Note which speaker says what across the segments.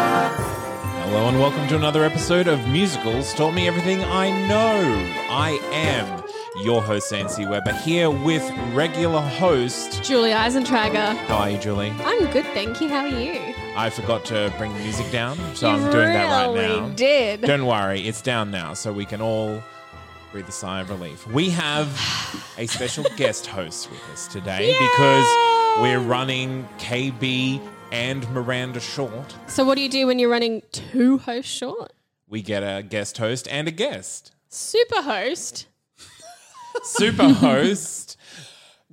Speaker 1: Hello and welcome to another episode of Musicals Taught Me Everything I Know. I am your host, Nancy Weber, here with regular host.
Speaker 2: Julie Eisentrager.
Speaker 1: How are you, Julie?
Speaker 2: I'm good, thank you. How are you?
Speaker 1: I forgot to bring the music down, so
Speaker 2: You
Speaker 1: I'm doing that right
Speaker 2: really
Speaker 1: now.
Speaker 2: did.
Speaker 1: Don't worry, it's down now, so we can all breathe a sigh of relief. We have a special guest host with us today because we're running KB and Miranda short.
Speaker 2: So, what do you do when you're running two hosts short?
Speaker 1: We get a guest host and a guest.
Speaker 2: Super host.
Speaker 1: Super host.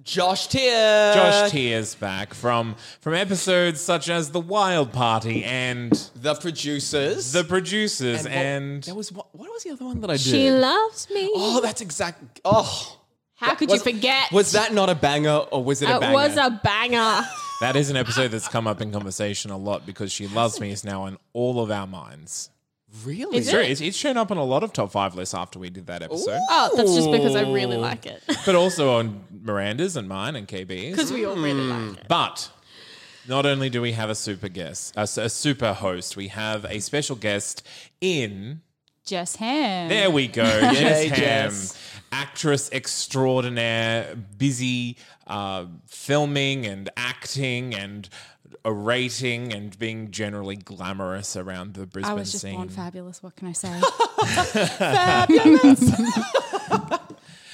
Speaker 3: Josh Tier.
Speaker 1: Josh Tears back from from episodes such as The Wild Party and
Speaker 3: The producers.
Speaker 1: The Producers and,
Speaker 3: there was what, what was the other one that I did?
Speaker 2: She loves me.
Speaker 3: Oh, that's exact. Oh,
Speaker 2: How could
Speaker 3: was-
Speaker 2: you forget? Uh,
Speaker 3: Was that not a banger or was it a
Speaker 2: It
Speaker 3: banger?
Speaker 2: was a banger.
Speaker 1: that is an episode that's come up in conversation a lot because She Loves Me is now in all of our minds.
Speaker 3: really.
Speaker 1: It's, true. It's, it's shown up on a lot of top five lists after we did that episode,
Speaker 2: Oh, that's just because I really
Speaker 3: Ooh.
Speaker 2: like it.
Speaker 1: but also on Miranda's and mine and KB's.
Speaker 2: Because we all really
Speaker 3: Hmm.
Speaker 2: like it.
Speaker 1: But not only do we have a super guest, a, s- a super host, we have a special guest in
Speaker 4: Jess Ham.
Speaker 1: There we go. Jess
Speaker 3: Yay,
Speaker 1: Ham,
Speaker 3: Jess.
Speaker 1: actress extraordinaire, busy uh, filming and acting and orating and being generally glamorous around the Brisbane
Speaker 4: I was just
Speaker 1: scene.
Speaker 4: born fabulous. What can I say?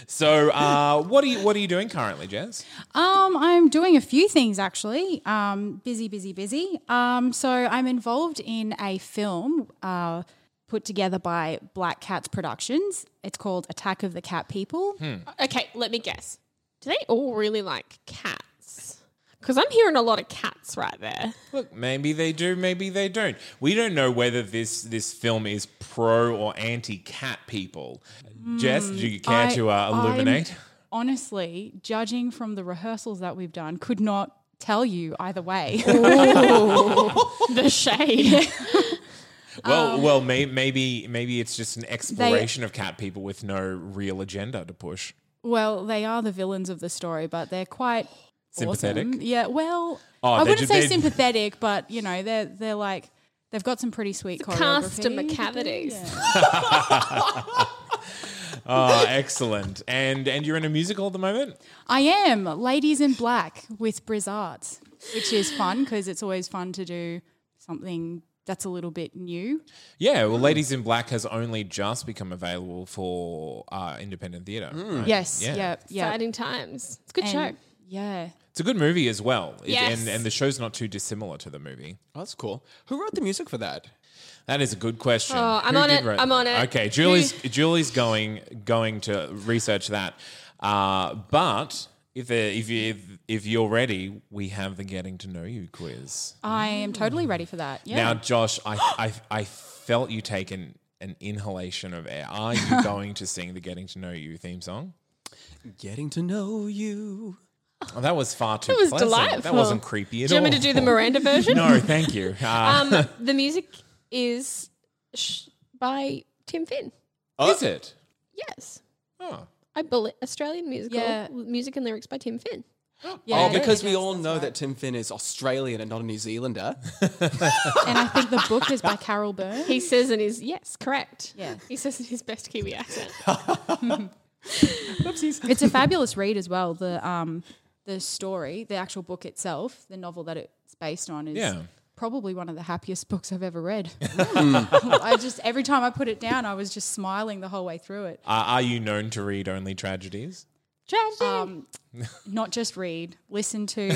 Speaker 1: so, uh, what are you what are you doing currently, Jess?
Speaker 4: um, I'm doing a few things actually. Um, busy, busy, busy. Um, so I'm involved in a film uh, put together by Black Cats Productions. It's called Attack of the Cat People.
Speaker 1: Hmm.
Speaker 2: Okay, let me guess. Do they all really like cats? Because I'm hearing a lot of cats right there.
Speaker 1: Look, maybe they do, maybe they don't. We don't know whether this this film is pro or anti cat people. Jess, do you care
Speaker 4: I-
Speaker 1: to uh,
Speaker 4: I'm-
Speaker 1: illuminate?
Speaker 4: Honestly, judging from the rehearsals that we've done, could not tell you either way.
Speaker 2: The shade.
Speaker 1: Well,
Speaker 4: Um,
Speaker 1: well, may, maybe maybe it's just an exploration of cat people with no real agenda to push.
Speaker 4: well, they are the villains of the story, but they're quite
Speaker 1: Sympathetic?
Speaker 4: awesome. Yeah, well,
Speaker 1: Oh,
Speaker 4: I
Speaker 1: they
Speaker 4: wouldn't
Speaker 1: ju-
Speaker 4: say
Speaker 1: they-
Speaker 4: sympathetic, but you know, they're they're like they've got some pretty sweet choreography.
Speaker 2: Customer cavities.
Speaker 1: Ah, excellent. And and you're in a musical at the moment.
Speaker 4: I am Ladies in Black with Briz Arts, which is fun because it's always fun to do something that's a little bit new.
Speaker 1: Yeah.
Speaker 4: Mm.
Speaker 1: Well, Ladies in Black has only just become available for uh, independent theatre. right?
Speaker 4: Mm. Yes,
Speaker 1: Yeah.
Speaker 4: yeah, yeah.
Speaker 2: Exciting times. It's a good
Speaker 4: And-
Speaker 2: show.
Speaker 4: yeah.
Speaker 1: It's a good movie as well. It-
Speaker 2: Yes.
Speaker 1: And and the show's not too dissimilar to the movie.
Speaker 3: Oh, that's cool. Who wrote the music for that?
Speaker 1: That is a good question.
Speaker 2: Oh, I'm
Speaker 1: Who
Speaker 2: on
Speaker 1: did
Speaker 2: it.
Speaker 1: write
Speaker 2: I'm
Speaker 1: that?
Speaker 2: on it.
Speaker 1: Okay, Julie's Julie's going going to research that. Uh, but if uh, if you if, if you're ready, we have the getting to know you quiz.
Speaker 2: Oh.
Speaker 4: I am totally ready for that. Yeah.
Speaker 1: Now, Josh, I, I I felt you take an, an inhalation of air. Are you going to sing the Getting to Know You theme song?
Speaker 3: Getting to know you.
Speaker 1: Oh, that was far too
Speaker 2: It was
Speaker 1: pleasant.
Speaker 2: delightful.
Speaker 1: That wasn't creepy at
Speaker 2: Do you
Speaker 1: all.
Speaker 2: want me to do the Miranda version?
Speaker 1: No, thank you. Uh,
Speaker 2: Um, the music is sh- by Tim Finn.
Speaker 1: is it?
Speaker 2: Yes,
Speaker 1: Oh.
Speaker 2: I believe Australian musical
Speaker 4: Yeah.
Speaker 2: music and lyrics by Tim Finn.
Speaker 4: Yeah.
Speaker 3: oh, because we all know that Tim Finn is Australian and not a New Zealander.
Speaker 4: and I think the book is by Carol Byrne.
Speaker 2: He says in his yes, correct.
Speaker 4: Yeah.
Speaker 2: he says in his best Kiwi accent.
Speaker 4: It's a fabulous read as well. The um, the the story, the actual book itself, the novel that it's based on is
Speaker 1: Yeah.
Speaker 4: probably one of the happiest books I've ever read. I just every time I put it down, I was just smiling the whole way through it.
Speaker 1: Are, are you known to read only tragedies?
Speaker 2: Tragedy.
Speaker 4: Um, not just read, listen to,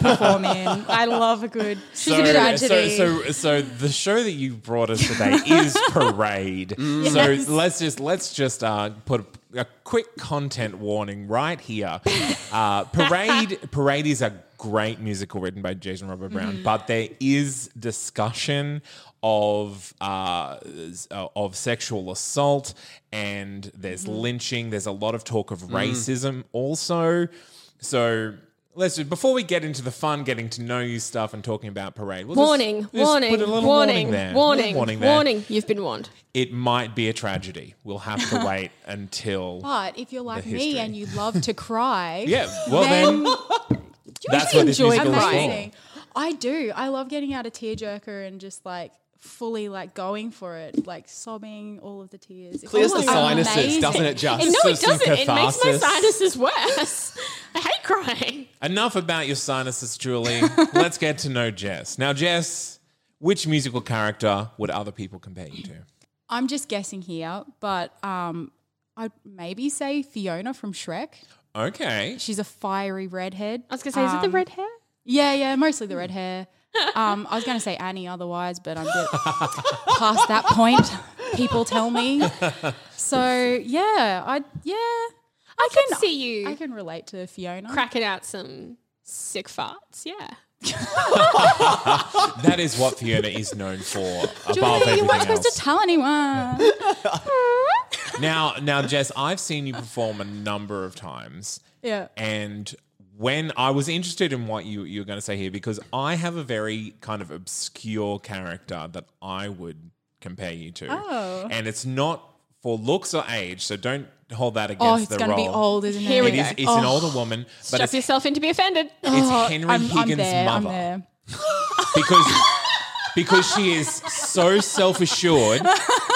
Speaker 4: perform in. I love a good tragedy.
Speaker 1: So, so, so the show that you brought us today is Parade. So let's just let's just uh, put a, a quick content warning right here. Uh, Parade Parade is a great musical written by Jason Robert Brown, but there is discussion of uh, s- uh, of sexual assault and there's lynching. There's a lot of talk of racism also. So Let's do, before we get into the fun, getting to know you stuff and talking about parade. We'll just-
Speaker 2: warning,
Speaker 1: just
Speaker 2: warning,
Speaker 1: put a little
Speaker 2: warning, warning,
Speaker 1: there.
Speaker 2: warning,
Speaker 1: warning, there.
Speaker 2: You've been warned.
Speaker 1: It might be a tragedy. We'll have to wait until.
Speaker 4: but if you're like me
Speaker 1: history.
Speaker 4: and you love to cry,
Speaker 1: Yeah. Well then, that's what this
Speaker 2: enjoy
Speaker 1: musical is for.
Speaker 2: crying?
Speaker 4: amazing. I do. I love getting out a tearjerker and just like fully like going for it, like sobbing all of the tears. It
Speaker 3: Clears
Speaker 4: feels
Speaker 3: the sinuses, doesn't it? Just
Speaker 2: And Oh, no, it
Speaker 1: Just some
Speaker 2: doesn't. It makes my
Speaker 1: catharsis.
Speaker 2: sinuses worse. I hate crying.
Speaker 1: Enough about your sinuses, Julie. Let's get to know Jess. Now, Jess, which musical character would other people compare you to?
Speaker 4: I'm just guessing here, but um, I'd maybe say Fiona from Shrek.
Speaker 1: Okay.
Speaker 4: She's a fiery redhead.
Speaker 2: I was gonna say, is it the red hair?
Speaker 4: Yeah, yeah, mostly the red hair. Um, I was going to say Annie otherwise, but I'm a bit past that point. People tell me. So yeah, I yeah, I,
Speaker 2: I can, see you
Speaker 4: I can relate to Fiona.
Speaker 2: cracking out some sick farts. Yeah.
Speaker 1: That is what Fiona is known for above
Speaker 4: Julie, you
Speaker 1: everything
Speaker 4: weren't supposed
Speaker 1: else.
Speaker 4: to tell anyone.
Speaker 1: now, now, Jess, I've seen you perform a number of times.
Speaker 4: Yeah.
Speaker 1: And when I was interested in what you you were going to say here, because I have a very kind of obscure character that I would compare you to,
Speaker 4: Oh.
Speaker 1: and it's not for looks or age, so don't hold that against
Speaker 4: Oh, it's
Speaker 1: the
Speaker 4: going to be
Speaker 1: role.
Speaker 4: old, isn't it? Oh,
Speaker 2: Here we
Speaker 1: It
Speaker 2: go.
Speaker 1: is- It's an older woman, but
Speaker 2: Strap
Speaker 1: it's, it's
Speaker 2: yourself in to be offended.
Speaker 1: Henry
Speaker 4: I'm, I'm
Speaker 1: Higgins'
Speaker 4: there. I'm
Speaker 1: mother
Speaker 4: there.
Speaker 1: because because she is so self assured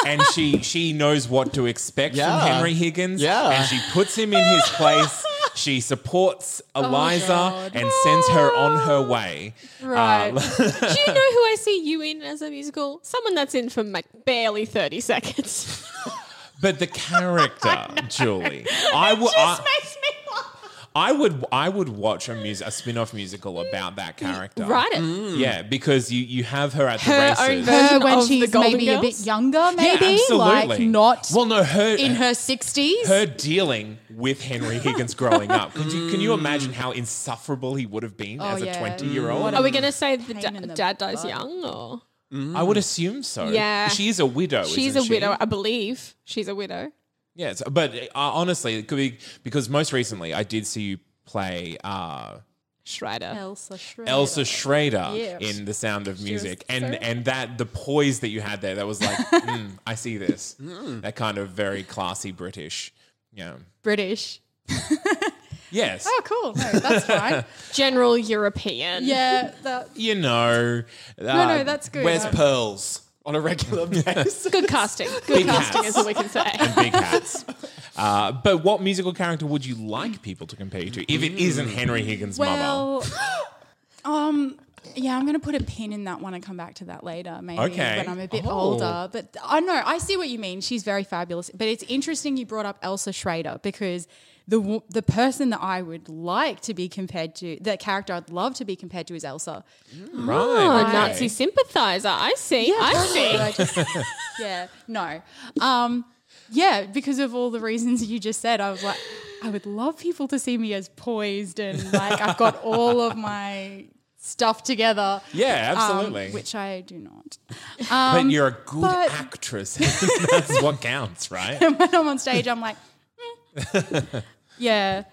Speaker 1: and she she knows what to expect
Speaker 3: Yeah.
Speaker 1: from Henry Higgins.
Speaker 3: Yeah.
Speaker 1: and she puts him in his place. She supports Eliza and sends her on her way.
Speaker 4: Right.
Speaker 2: Do you know who I see you in as a musical? Someone that's in for like barely thirty seconds.
Speaker 1: But the character, Julie, I would
Speaker 2: Just
Speaker 1: I,
Speaker 2: makes me laugh.
Speaker 1: I would I would watch a mus- a spin off musical about that character.
Speaker 2: Write it.
Speaker 4: Mm.
Speaker 1: Yeah, because you you have her at the
Speaker 2: Her
Speaker 1: races.
Speaker 2: own
Speaker 4: Her
Speaker 2: version
Speaker 4: when
Speaker 2: of the
Speaker 4: she's
Speaker 2: Golden
Speaker 4: maybe a bit
Speaker 2: Girls?
Speaker 4: younger,
Speaker 1: Yeah,
Speaker 4: maybe like
Speaker 1: absolutely.
Speaker 4: not
Speaker 1: well, no, her
Speaker 4: in her sixties.
Speaker 1: her dealing with Henry Higgins growing up. Could you, can you imagine how insufferable he would have been as a
Speaker 4: Mm. Oh, yeah.
Speaker 1: 20 year old?
Speaker 4: What
Speaker 2: Are we gonna say the,
Speaker 4: Pain
Speaker 2: da-
Speaker 4: in the
Speaker 2: dad dies
Speaker 4: butt.
Speaker 2: young or?
Speaker 1: I would assume so.
Speaker 2: Yeah.
Speaker 1: She is a widow.
Speaker 2: She's
Speaker 1: isn't
Speaker 2: a
Speaker 1: she?
Speaker 2: widow, I believe. She's a widow.
Speaker 1: Yes. But uh, honestly, it could be because most recently I did see you play uh,
Speaker 2: Schreider.
Speaker 4: Elsa Schroeder.
Speaker 1: Elsa Schrader
Speaker 4: Yeah.
Speaker 1: in The Sound of Music.
Speaker 2: so-
Speaker 1: And, and that, the poise that you had there, that was like, mm, I see this.
Speaker 4: Mm.
Speaker 1: That kind of very classy British. Yeah.
Speaker 4: British.
Speaker 1: Yes.
Speaker 4: Oh, cool. No, that's fine.
Speaker 2: General European.
Speaker 4: yeah, that,
Speaker 1: You know.
Speaker 4: no, no, that's good.
Speaker 3: Where's
Speaker 4: Uh,
Speaker 3: pearls on a regular basis?
Speaker 2: Good casting. Good
Speaker 1: Big
Speaker 2: casting
Speaker 1: hats.
Speaker 2: is all we can say.
Speaker 1: big hats. Uh, but what musical character would you like people to compare you to if it isn't Henry Higgins' mother?
Speaker 4: well, um, yeah, I'm gonna put a pin in that one and come back to that later, maybe
Speaker 1: Okay.
Speaker 4: when I'm a bit
Speaker 1: Oh.
Speaker 4: older. But I know I see what you mean. She's very fabulous. But it's interesting you brought up Elsa Schrader because the wo- the person that I would like to be compared to, the character I'd love to be compared to, is Elsa.
Speaker 1: Right.
Speaker 2: Oh,
Speaker 1: okay.
Speaker 2: Nazi sympathiser. I see. I see.
Speaker 4: I just, yeah, no. Um, yeah, because of all the reasons you just said, I was like, I would love people to see me as poised and like I've got all of my stuff together.
Speaker 1: Yeah,
Speaker 4: um,
Speaker 1: absolutely.
Speaker 4: which I do not.
Speaker 1: but you're a good
Speaker 4: but-
Speaker 1: actress. That's what counts, right?
Speaker 4: When I'm on stage, I'm like, mm. yeah.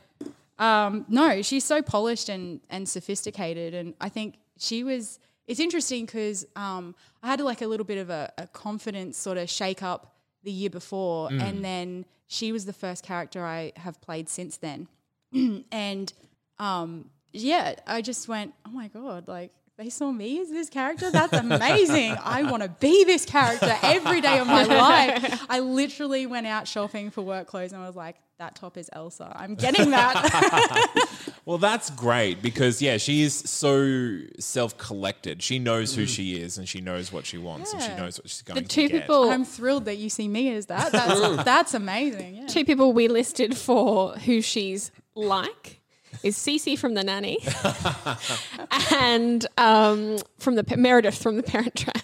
Speaker 4: Um, no, she's so polished and, and sophisticated. And I think she was, it's interesting because um, I had like a little bit of a, a confidence sort of shake up the year before. And then she was the first character I have played since then. and um, yeah, I just went, oh my God, like they saw me as this character. That's amazing. I want to be this character every day of my life. I literally went out shopping for work clothes and I was like, that top is Elsa. I'm getting that.
Speaker 1: Well, that's great because yeah, she is so self-collected. She knows who she is and she knows what she wants and she
Speaker 4: Yeah.
Speaker 1: knows what she's going
Speaker 2: Mm. The
Speaker 1: to
Speaker 2: two
Speaker 1: get.
Speaker 2: people,
Speaker 4: I'm thrilled that you see me as that. That's, that's amazing. Yeah.
Speaker 2: two people we listed for who she's like is Cece from The Nanny and um, from the Meredith from The Parent Trap.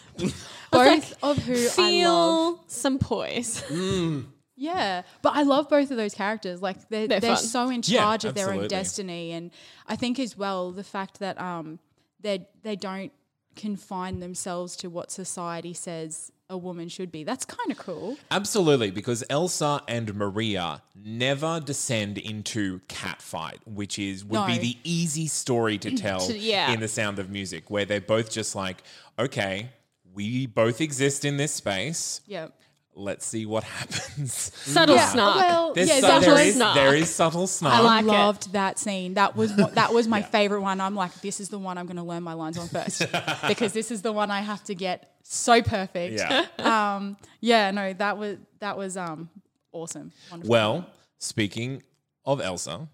Speaker 4: Both of who I love.
Speaker 2: Feel some poise.
Speaker 1: Mm.
Speaker 4: Yeah, but I love both of those characters. Like they're
Speaker 2: They're
Speaker 4: they're,
Speaker 2: fun.
Speaker 4: so in
Speaker 1: Yeah,
Speaker 4: charge of their
Speaker 1: absolutely.
Speaker 4: own destiny, and I think as well the fact that um they they don't confine themselves to what society says a woman should be. That's kind of cool.
Speaker 1: Absolutely, because Elsa and Maria never descend into catfight, which is would be
Speaker 4: No.
Speaker 1: the easy story to tell
Speaker 2: To- yeah.
Speaker 1: in The Sound of Music, where they're both just like, okay, we both exist in this space.
Speaker 4: Yeah.
Speaker 1: Let's see what happens.
Speaker 2: Subtle
Speaker 4: Yeah,
Speaker 2: snark.
Speaker 4: well,
Speaker 1: There's
Speaker 4: yeah,
Speaker 1: sub-
Speaker 4: subtle
Speaker 1: there, is,
Speaker 2: snark.
Speaker 1: there is subtle snark.
Speaker 2: I like it.
Speaker 4: loved that scene. That was one- that was my favorite one. I'm like, this is the one I'm going to learn my lines on first because this is the one I have to get so perfect.
Speaker 1: yeah.
Speaker 4: Yeah, no, that was that was um awesome. Wonderful.
Speaker 1: Well, speaking of Elsa,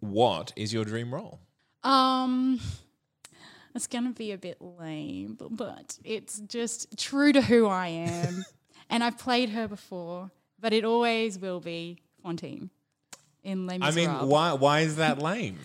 Speaker 1: what is your dream role?
Speaker 4: Um, it's gonna be a bit lame, but, but it's just true to who I am, and I've played her before, but it always will be Fontaine in Les
Speaker 1: I mean,
Speaker 4: Miserables.
Speaker 1: why why is that lame?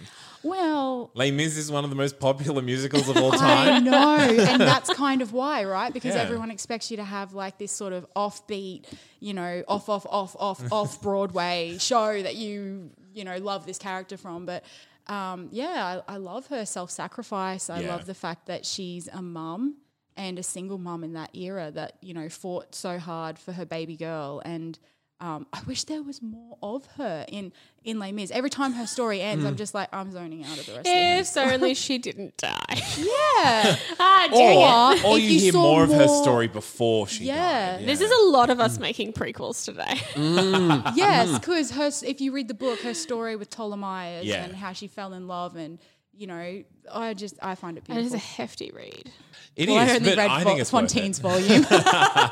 Speaker 4: well.
Speaker 1: Les Mis is one of the most popular musicals of all
Speaker 4: I
Speaker 1: time.
Speaker 4: know, and that's kind of why, right? Because
Speaker 1: Yeah.
Speaker 4: everyone expects you to have like this sort of offbeat, you know, off, off, off, off, off Broadway show that you, you know, love this character from. But um, yeah, I, I love her self sacrifice. I
Speaker 1: Yeah.
Speaker 4: love the fact that she's a mum and a single mum in that era that, you know, fought so hard for her baby girl. And um, I wish there was more of her in, in Les Mis. Every time her story ends,
Speaker 1: Mm.
Speaker 4: I'm just like, I'm zoning out of the rest of it.
Speaker 2: If only she didn't die.
Speaker 4: Yeah.
Speaker 2: ah, dang
Speaker 1: Or,
Speaker 2: it.
Speaker 4: If
Speaker 1: or you,
Speaker 4: you
Speaker 1: hear
Speaker 4: saw
Speaker 1: more of her
Speaker 4: more-
Speaker 1: story before she
Speaker 4: Yeah.
Speaker 1: died.
Speaker 2: This is a lot of us making prequels today.
Speaker 1: Ah.
Speaker 4: Yes, because her if you read the book, her story with Ptolemaeus
Speaker 1: Yeah.
Speaker 4: and how she fell in love, and you know, I just I find it
Speaker 2: It is
Speaker 4: beautiful.
Speaker 2: a hefty read.
Speaker 1: It
Speaker 4: Well,
Speaker 1: is,
Speaker 4: I only
Speaker 1: but
Speaker 4: read
Speaker 1: I
Speaker 4: Fo-
Speaker 1: think it's
Speaker 4: Fontaine's
Speaker 1: Fontaine's.
Speaker 4: volume.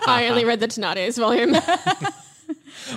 Speaker 2: I only read the Donato's volume.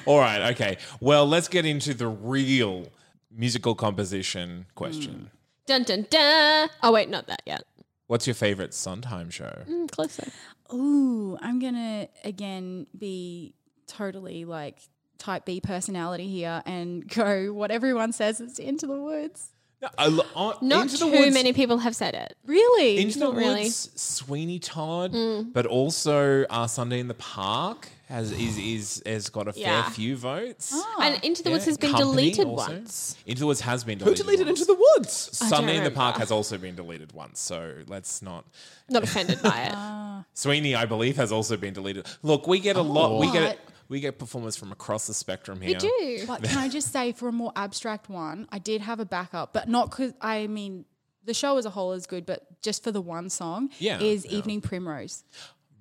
Speaker 1: All right, okay. Well, let's get into the real musical composition question.
Speaker 2: dun dun dun. Oh wait, not that yet.
Speaker 1: What's your favorite Sondheim show?
Speaker 2: Mm, closer.
Speaker 4: Ooh, I'm gonna again be totally like type B personality here and go what everyone says is into the woods.
Speaker 1: I lo- uh,
Speaker 2: Not
Speaker 1: Into the
Speaker 2: too
Speaker 1: Woods-
Speaker 2: many people have said it.
Speaker 4: Really?
Speaker 1: Into the
Speaker 2: Not really. Hmm.
Speaker 1: Woods, Sweeney Todd, but also uh, Sunday in the Park has is is has got a
Speaker 2: Yeah.
Speaker 1: fair few votes.
Speaker 2: And Into the
Speaker 1: Yeah.
Speaker 2: Woods has been
Speaker 1: Company
Speaker 2: deleted
Speaker 1: also.
Speaker 2: once.
Speaker 1: Into the Woods has been
Speaker 3: Who
Speaker 1: deleted.
Speaker 3: deleted
Speaker 1: once.
Speaker 3: Into the Woods?
Speaker 1: Sunday in the
Speaker 2: remember.
Speaker 1: Park has also been deleted once, so let's not.
Speaker 2: Not offended by
Speaker 1: Ah.
Speaker 2: it.
Speaker 1: Sweeney, I believe, has also been deleted. Look, we get a lot. We get we get performers from across the spectrum here.
Speaker 2: We do.
Speaker 4: But can I just say, for a more abstract one, I did have a backup, but not because I mean the show as a whole is good, but just for the one song,
Speaker 1: Yeah,
Speaker 4: is "Evening Primrose."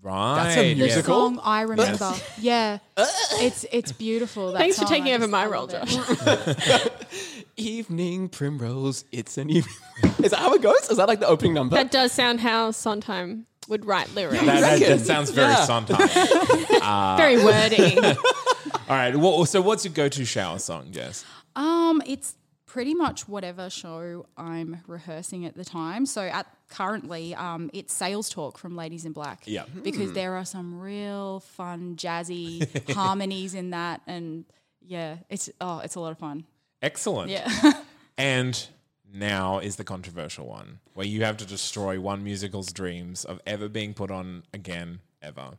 Speaker 1: Right.
Speaker 3: That's a
Speaker 1: yeah.
Speaker 4: The
Speaker 3: musical?
Speaker 4: song I remember, yeah, it's it's beautiful. that
Speaker 2: Thanks for
Speaker 4: song.
Speaker 2: taking
Speaker 4: I
Speaker 2: over
Speaker 4: just-
Speaker 2: my
Speaker 4: I
Speaker 2: role,
Speaker 4: love it.
Speaker 2: Josh.
Speaker 3: Evening Primrose, it's an evening. is that how it goes? Is that like the opening number?
Speaker 2: That does sound how Sondheim would write lyrics.
Speaker 1: That, that- that
Speaker 3: Reckon.
Speaker 1: sounds very
Speaker 3: Yeah.
Speaker 1: Sondheim.
Speaker 2: Very wordy.
Speaker 1: All right. Well, so, what's your go-to shower song, Jess?
Speaker 4: Um, it's pretty much whatever show I'm rehearsing at the time. So at currently, um, it's Sales Talk from Ladies in Black.
Speaker 1: Yeah.
Speaker 4: because there are some real fun jazzy harmonies in that, and yeah, it's oh, it's a lot of fun.
Speaker 1: Excellent.
Speaker 4: Yeah.
Speaker 1: And now is the controversial one where you have to destroy one musical's dreams of ever being put on again, ever.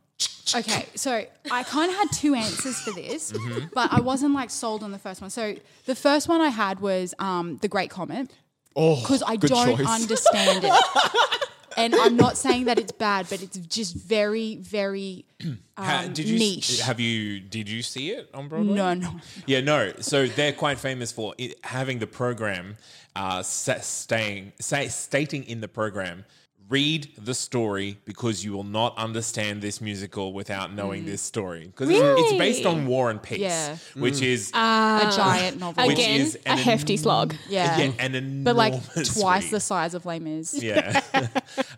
Speaker 4: Okay, so I kind of had two answers for this,
Speaker 1: Mm-hmm.
Speaker 4: but I wasn't like sold on the first one. So the first one I had was um, the Great Comet. Oh, because I
Speaker 3: good
Speaker 4: don't
Speaker 3: choice.
Speaker 4: understand it, and I'm not saying that it's bad, but it's just very, very
Speaker 1: Ha-
Speaker 4: um,
Speaker 1: did you
Speaker 4: niche.
Speaker 1: have you did you see it on Broadway?
Speaker 4: no, no.
Speaker 1: Yeah, no. So they're quite famous for it, having the program uh, sa- staying say, stating in the program Read the story because you will not understand this musical without knowing this story. Because it's,
Speaker 2: Really?
Speaker 1: based on War and Peace,
Speaker 4: Yeah.
Speaker 1: which is
Speaker 4: a giant novel.
Speaker 1: Which
Speaker 2: Again,
Speaker 1: is
Speaker 2: a
Speaker 1: an
Speaker 2: hefty
Speaker 1: en-
Speaker 2: slog.
Speaker 4: yeah.
Speaker 1: yeah, an enormous
Speaker 4: But like twice
Speaker 1: read.
Speaker 4: the size of Les Mis.
Speaker 1: Yeah.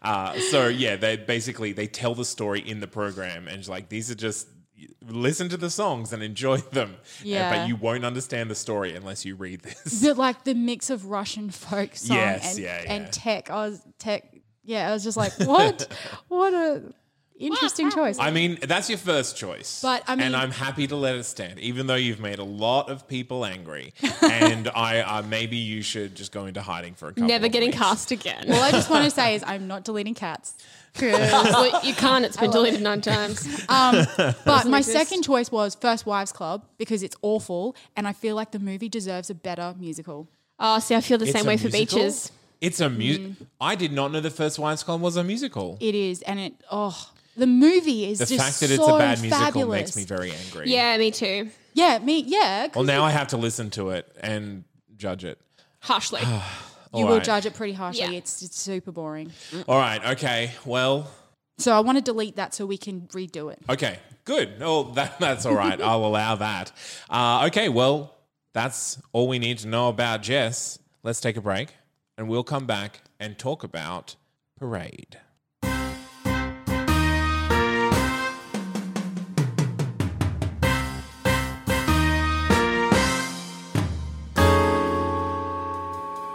Speaker 1: uh, so yeah, they basically they tell the story in the program, and it's like these are just listen to the songs and enjoy them. Uh,
Speaker 4: Yeah.
Speaker 1: but you won't understand the story unless you read this.
Speaker 4: The, like the mix of Russian folk song
Speaker 1: Yes,
Speaker 4: and,
Speaker 1: yeah, yeah.
Speaker 4: and tech. I was tech. Yeah, I was just like, what? what a interesting choice.
Speaker 1: I mean, that's your first choice.
Speaker 4: But, I mean-
Speaker 1: and I'm happy to let it stand, even though you've made a lot of people angry. and I uh, maybe you should just go into hiding for a couple.
Speaker 2: Never
Speaker 1: of
Speaker 2: getting
Speaker 1: weeks.
Speaker 2: cast again.
Speaker 4: All I just want to say is I'm not deleting cats.
Speaker 2: Well, you can't. It's been deleted nine times.
Speaker 4: But my second choice was First Wives Club because it's awful and I feel like the movie deserves a better musical.
Speaker 2: Oh, see, I feel the
Speaker 1: It's
Speaker 2: same
Speaker 1: a
Speaker 2: way for
Speaker 1: musical?
Speaker 2: beaches.
Speaker 1: It's a music. I did not know the first Wines Club was a musical.
Speaker 4: It is, and it oh, the movie is
Speaker 1: the
Speaker 4: just
Speaker 1: fact that it's
Speaker 4: so
Speaker 1: a bad
Speaker 4: fabulous.
Speaker 1: musical makes me very angry.
Speaker 2: Yeah, me too.
Speaker 4: yeah, me yeah. 'cause
Speaker 1: Well, now I have to listen to it and judge it.
Speaker 2: Harshly.
Speaker 4: you will
Speaker 1: right.
Speaker 4: judge it pretty harshly.
Speaker 2: Yeah.
Speaker 4: It's, it's super boring.
Speaker 1: All right. Okay. Well.
Speaker 4: So I want to delete that so we can redo it.
Speaker 1: Okay. Good. Oh, that, that's all right. I'll allow that. Uh, okay. Well, that's all we need to know about Jess. Let's take a break, and we'll come back and talk about parade.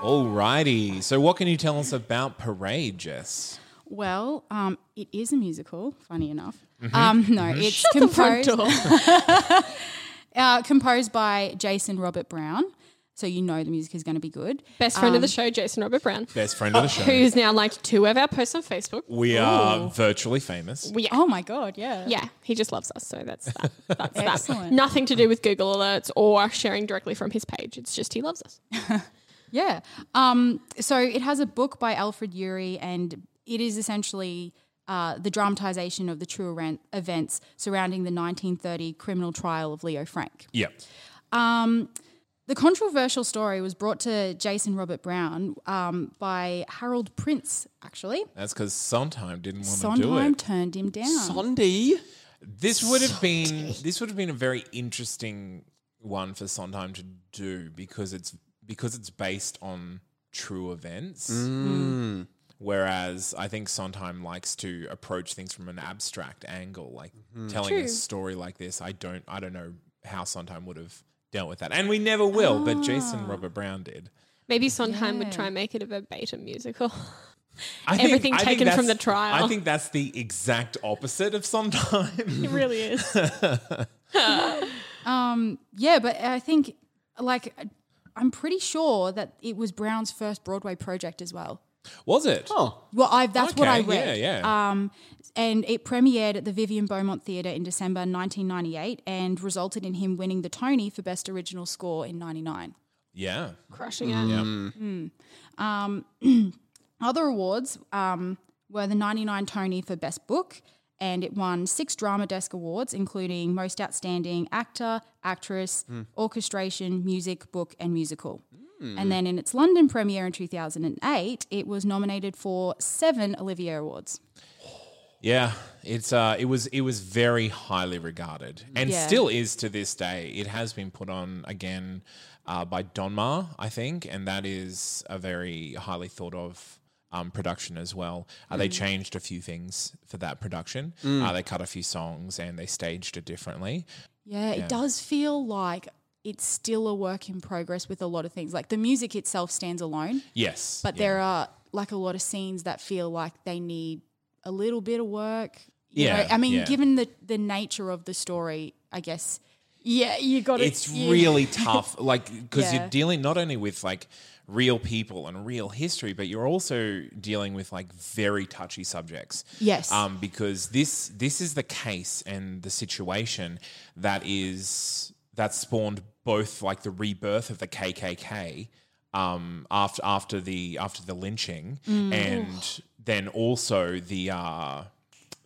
Speaker 1: Alrighty, so what can you tell us about Parade, Jess?
Speaker 4: Well, um, it is a musical. Funny enough, um, no, it's composed. uh, composed by Jason Robert Brown. So you know the music is going to be good.
Speaker 2: Best friend
Speaker 4: Um,
Speaker 2: of the show, Jason Robert Brown,
Speaker 1: Best friend of the show.
Speaker 2: who's now liked two of our posts on Facebook.
Speaker 1: We are virtually famous.
Speaker 2: We- yeah.
Speaker 4: Oh my god, yeah.
Speaker 2: Yeah, he just loves us, so that's that. That's that.
Speaker 4: Excellent.
Speaker 2: Nothing to do with Google alerts or sharing directly from his page. It's just he loves us.
Speaker 4: Yeah. Um, so it has a book by Alfred Urey, and it is essentially uh, the dramatization of the true event- events surrounding the 1930 criminal trial of Leo Frank.
Speaker 1: Yep.
Speaker 4: Um, the controversial story was brought to Jason Robert Brown um, by Harold Prince, actually.
Speaker 1: That's because Sondheim didn't want to do
Speaker 4: Sondheim
Speaker 1: it.
Speaker 4: turned him down.
Speaker 3: Sondi.
Speaker 1: This would have been this would have been a very interesting one for Sondheim to do because it's because it's based on true events. Whereas I think Sondheim likes to approach things from an abstract angle, like telling a story like this. I don't I don't know how Sondheim would have dealt with that, and we never will. But Jason
Speaker 2: Ah.
Speaker 1: Robert Brown did.
Speaker 2: Maybe Sondheim would try and make it a verbatim musical.
Speaker 1: I
Speaker 2: Everything taken from
Speaker 1: that's-
Speaker 2: the trial.
Speaker 1: I think that's the exact opposite of Sondheim.
Speaker 2: it really is.
Speaker 4: Um, yeah, but I think, like, I'm pretty sure that it was Brown's first Broadway project as well.
Speaker 1: Was it?
Speaker 3: Oh,
Speaker 4: Well, I, that's what I
Speaker 1: Okay,
Speaker 4: read. Uh, Um,
Speaker 1: Yeah, yeah.
Speaker 4: and it premiered at the Vivian Beaumont Theatre in December 1998 and resulted in him winning the Tony for Best Original Score in 99.
Speaker 1: yeah.
Speaker 2: Crushing it.
Speaker 4: Other awards um, were the 99 Tony for Best Book, and it won six Drama Desk awards, including Most Outstanding Actor, Actress, Orchestration, Music, Book, and Musical. And then in its London premiere in 2008, it was nominated for seven Olivier Awards.
Speaker 1: Yeah. It's uh it was it was very highly regarded and
Speaker 4: Yeah.
Speaker 1: still is to this day. It has been put on again uh, by Donmar, I think, and that is a very highly thought of um, production as well. Uh,
Speaker 4: Mm.
Speaker 1: They changed a few things for that production. Uh, they cut a few songs and they staged it differently.
Speaker 4: Yeah, it does feel like it's still a work in progress with a lot of things. Like the music itself stands alone,
Speaker 1: Yes,
Speaker 4: but there are like a lot of scenes that feel like they need a little bit of work. You
Speaker 1: Yeah,
Speaker 4: know? I mean,
Speaker 1: yeah.
Speaker 4: given the the nature of the story, I guess. Yeah, you got to
Speaker 1: it's really tough like because
Speaker 4: Yeah.
Speaker 1: you're dealing not only with like real people and real history but you're also dealing with like very touchy subjects
Speaker 4: Yes.
Speaker 1: um because this this is the case and the situation that is that spawned both like the rebirth of the KKK um after after the after the lynching
Speaker 4: Mm.
Speaker 1: and then also the uh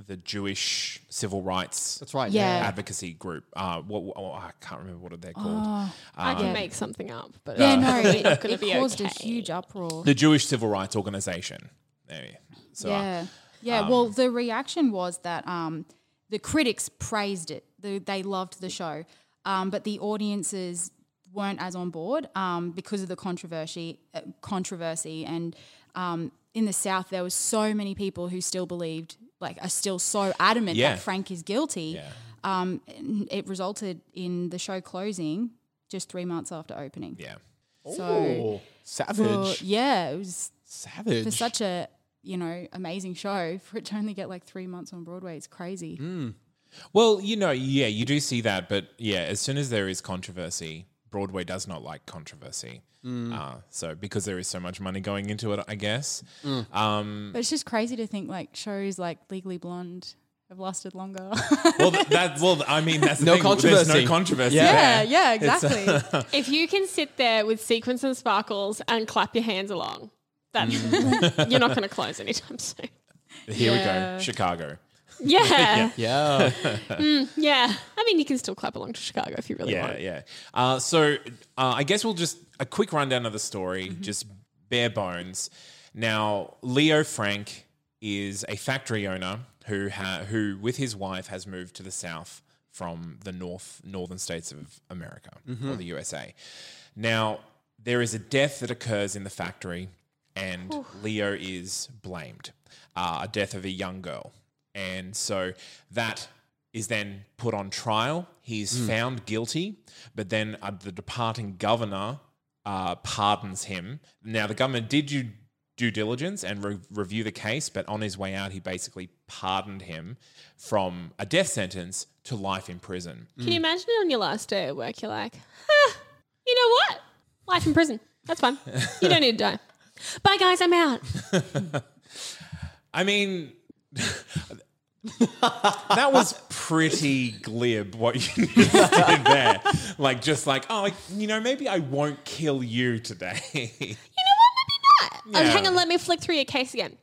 Speaker 1: the Jewish civil rights
Speaker 3: that's right.
Speaker 4: Yeah.
Speaker 1: advocacy group. Uh, what, what- oh, I can't remember what they're called.
Speaker 4: Ah.
Speaker 2: I
Speaker 1: Um,
Speaker 2: can make something up, but
Speaker 4: Yeah, no, it,
Speaker 2: not gonna
Speaker 4: it
Speaker 2: be
Speaker 4: caused a
Speaker 2: okay.
Speaker 4: huge uproar.
Speaker 1: The Jewish Civil Rights Organization. There you- So uh,
Speaker 4: yeah. yeah. well, the reaction was that um, the critics praised it. The, they loved the show, um, but the audiences weren't as on board um, because of the controversy. Uh, controversy, and um, in the South, there was so many people who still believed, like, are still so adamant
Speaker 1: Yeah.
Speaker 4: that Frank is guilty. Um, and it resulted in the show closing just three months after opening.
Speaker 1: yeah.
Speaker 4: So,
Speaker 3: Oh,
Speaker 4: for,
Speaker 3: savage.
Speaker 4: yeah, it was
Speaker 3: Savage.
Speaker 4: for such a you know amazing show for it to only get like three months on Broadway. It's crazy.
Speaker 1: Hmm. Well, you know, yeah, you do see that, but yeah, as soon as there is controversy, Broadway does not like controversy.
Speaker 3: Mm.
Speaker 1: Uh, so because there is so much money going into it, I guess. Um,
Speaker 4: But it's just crazy to think like shows like Legally Blonde have lasted longer.
Speaker 1: well, th- that well, I mean, that's the
Speaker 3: No
Speaker 1: thing. There's
Speaker 3: controversy.
Speaker 1: no controversy.
Speaker 3: Yeah.
Speaker 4: yeah,
Speaker 1: there.
Speaker 4: yeah, exactly.
Speaker 2: If you can sit there with sequins and sparkles and clap your hands along, that's you're not going to close anytime soon.
Speaker 1: Here we
Speaker 4: Yeah.
Speaker 1: go, Chicago.
Speaker 2: Yeah,
Speaker 3: yeah.
Speaker 2: yeah. I mean, you can still clap along to Chicago if you really
Speaker 1: yeah,
Speaker 2: want.
Speaker 1: yeah. Uh, so uh, I guess we'll just a quick rundown of the story,
Speaker 4: Mm-hmm.
Speaker 1: just bare bones. Now, Leo Frank is a factory owner who ha- who with his wife has moved to the south from the north northern states of America or
Speaker 3: Mm-hmm.
Speaker 1: the USA. Now, there is a death that occurs in the factory, and Leo is blamed. Uh, a death of a young girl. And so that is then put on trial. He's found guilty, but then uh, the departing governor uh, pardons him. Now, the government did do due diligence and re- review the case, but on his way out, he basically pardoned him from a death sentence to life in prison.
Speaker 2: Can you imagine it on your last day at work? You're like, ah, you know what? Life in prison. That's fine. You don't need to die. Bye, guys. I'm out.
Speaker 1: I mean, that was pretty glib what you just did there. Like, just like, oh, like, you know, maybe I won't kill you today.
Speaker 2: Oh,
Speaker 1: Yeah.
Speaker 2: hang on. Let me flick through your case again.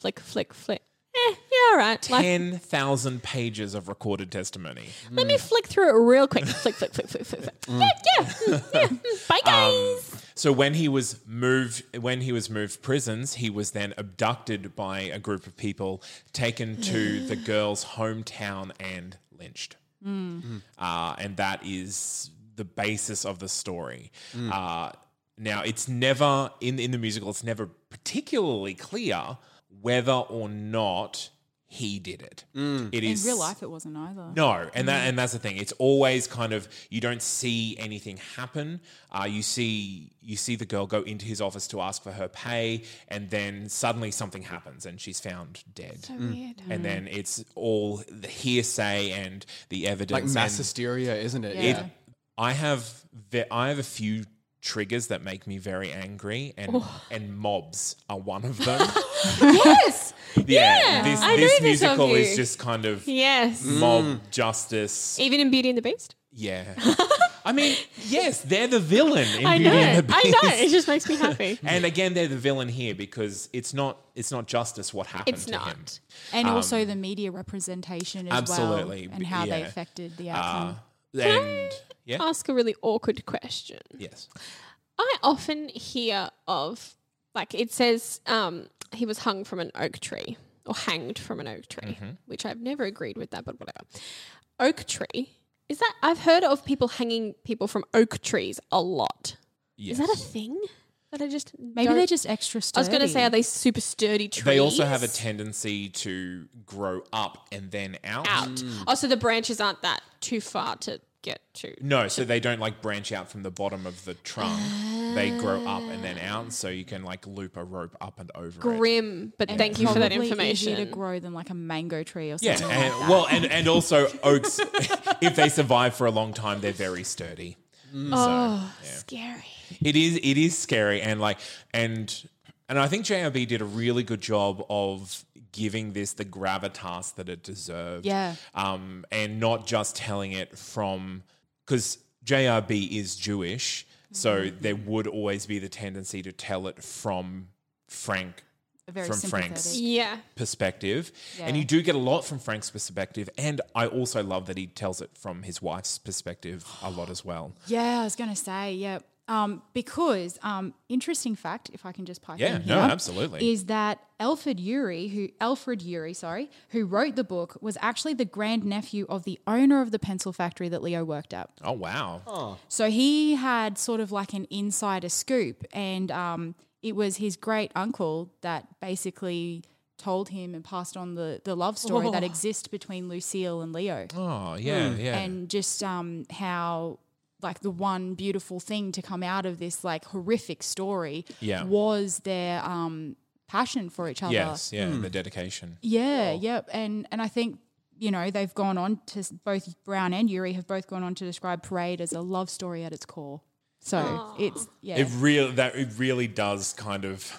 Speaker 2: Flick, flick, flick. Eh, yeah, all right. Life-
Speaker 1: 10,000 pages of recorded testimony.
Speaker 2: Let me flick through it real quick. Flick, flick, flick, flick, flick, flick. Yeah, yeah, mm, yeah. mm. Bye, guys.
Speaker 1: So when he was moved when he was moved prisons, he was then abducted by a group of people, taken to the girl's hometown and lynched.
Speaker 4: Hmm.
Speaker 1: Uh, and that is the basis of the story.
Speaker 4: Hmm.
Speaker 1: Uh, now it's never in in the musical it's never particularly clear whether or not he did it. It
Speaker 4: Hmm. In
Speaker 1: is
Speaker 4: real life, it wasn't either.
Speaker 1: no, and
Speaker 2: Mm.
Speaker 1: that and that's the thing. It's always kind of you don't see anything happen. Uh, you see you see the girl go into his office to ask for her pay, and then suddenly something happens, and she's found dead.
Speaker 3: Mm.
Speaker 2: Weird.
Speaker 1: And then it's all the hearsay and the
Speaker 3: Like
Speaker 1: evidence.
Speaker 3: mass
Speaker 1: and-
Speaker 3: hysteria, isn't it?
Speaker 4: Yeah.
Speaker 1: I have ve- I have a few triggers that make me very angry, and
Speaker 2: Oh.
Speaker 1: and mobs are one of them.
Speaker 2: Yes.
Speaker 1: yeah, this,
Speaker 2: I know
Speaker 1: this
Speaker 2: this of
Speaker 1: musical is
Speaker 2: you.
Speaker 1: just kind of
Speaker 2: Yes.
Speaker 1: Mm.
Speaker 3: Mm.
Speaker 1: mob justice.
Speaker 2: Even in Beauty and the Beast.
Speaker 1: Yeah. I mean, yes, they're the villain in
Speaker 2: I know.
Speaker 1: Beauty
Speaker 2: I
Speaker 1: and the Beast.
Speaker 2: know. It just makes me happy.
Speaker 1: And again, they're the villain here because it's not it's not justice what happened
Speaker 2: It's
Speaker 1: to
Speaker 2: not.
Speaker 1: him.
Speaker 4: And also the media representation as
Speaker 1: um, absolutely,
Speaker 4: well, and how they
Speaker 1: yeah.
Speaker 4: affected the
Speaker 1: Uh,
Speaker 4: outcome.
Speaker 1: and yeah,
Speaker 2: Ask a really awkward question.
Speaker 1: yes,
Speaker 2: I often hear of, like, it says um, he was hung from an oak tree or hanged from an oak tree,
Speaker 1: Mm-hmm.
Speaker 2: which I've never agreed with that, but whatever. Oak tree. Is that, I've heard of people hanging people from oak trees a lot.
Speaker 1: yes.
Speaker 2: Is that a thing? That I just
Speaker 4: Maybe
Speaker 2: don't-
Speaker 4: they're just extra
Speaker 2: I
Speaker 4: sturdy.
Speaker 2: was going to say, are they super sturdy trees?
Speaker 1: they also have a tendency to grow up and then out.
Speaker 2: out.
Speaker 1: Mm.
Speaker 2: Oh, so the branches aren't that too far to get to.
Speaker 1: No, so they don't like branch out from the bottom of the trunk. they grow up and then out, so you can like loop a rope up and over. it.
Speaker 2: Grim, but thank you for that
Speaker 4: Probably easier to
Speaker 2: information.
Speaker 4: grow than like a mango tree or
Speaker 1: Yeah,
Speaker 4: something. like
Speaker 1: and,
Speaker 4: that.
Speaker 1: well, and, and also oaks, if they survive for a long time, they're very sturdy.
Speaker 2: Oh, scary.
Speaker 1: It is it is scary, and like and and I think JRB did a really good job of giving this the gravitas that it deserved.
Speaker 4: Yeah.
Speaker 1: um, and not just telling it from because JRB is Jewish, so
Speaker 4: Mm-hmm.
Speaker 1: there would always be the tendency to tell it from Frank
Speaker 4: Very
Speaker 1: from Frank's
Speaker 4: sympathetic.
Speaker 2: Yeah.
Speaker 1: perspective. And
Speaker 4: Yeah.
Speaker 1: you do get a lot from Frank's perspective. And I also love that he tells it from his wife's perspective a lot as well.
Speaker 4: Yeah, I was going to say, yeah. Um, because um, interesting fact, if I can just pipe
Speaker 1: Yeah,
Speaker 4: in
Speaker 1: no,
Speaker 4: here,
Speaker 1: absolutely.
Speaker 4: is that Alfred Urey, who Alfred Urey, sorry, who wrote the book, was actually the grandnephew of the owner of the pencil factory that Leo worked at.
Speaker 1: Oh wow.
Speaker 4: So he had sort of like an insider scoop, and um, it was his great uncle that basically told him and passed on the the love story that exists between Lucille and Leo,
Speaker 1: Oh yeah, yeah.
Speaker 4: Hmm. and just um, how like the one beautiful thing to come out of this like horrific story
Speaker 1: Yeah.
Speaker 4: was their um, passion for each other.
Speaker 1: yes, yeah. The dedication.
Speaker 4: Yeah, yep. And and I think you know they've gone on to s- both Brown and Yuri have both gone on to describe Parade as a love story at its core. So it's yeah.
Speaker 1: It really that it really does kind of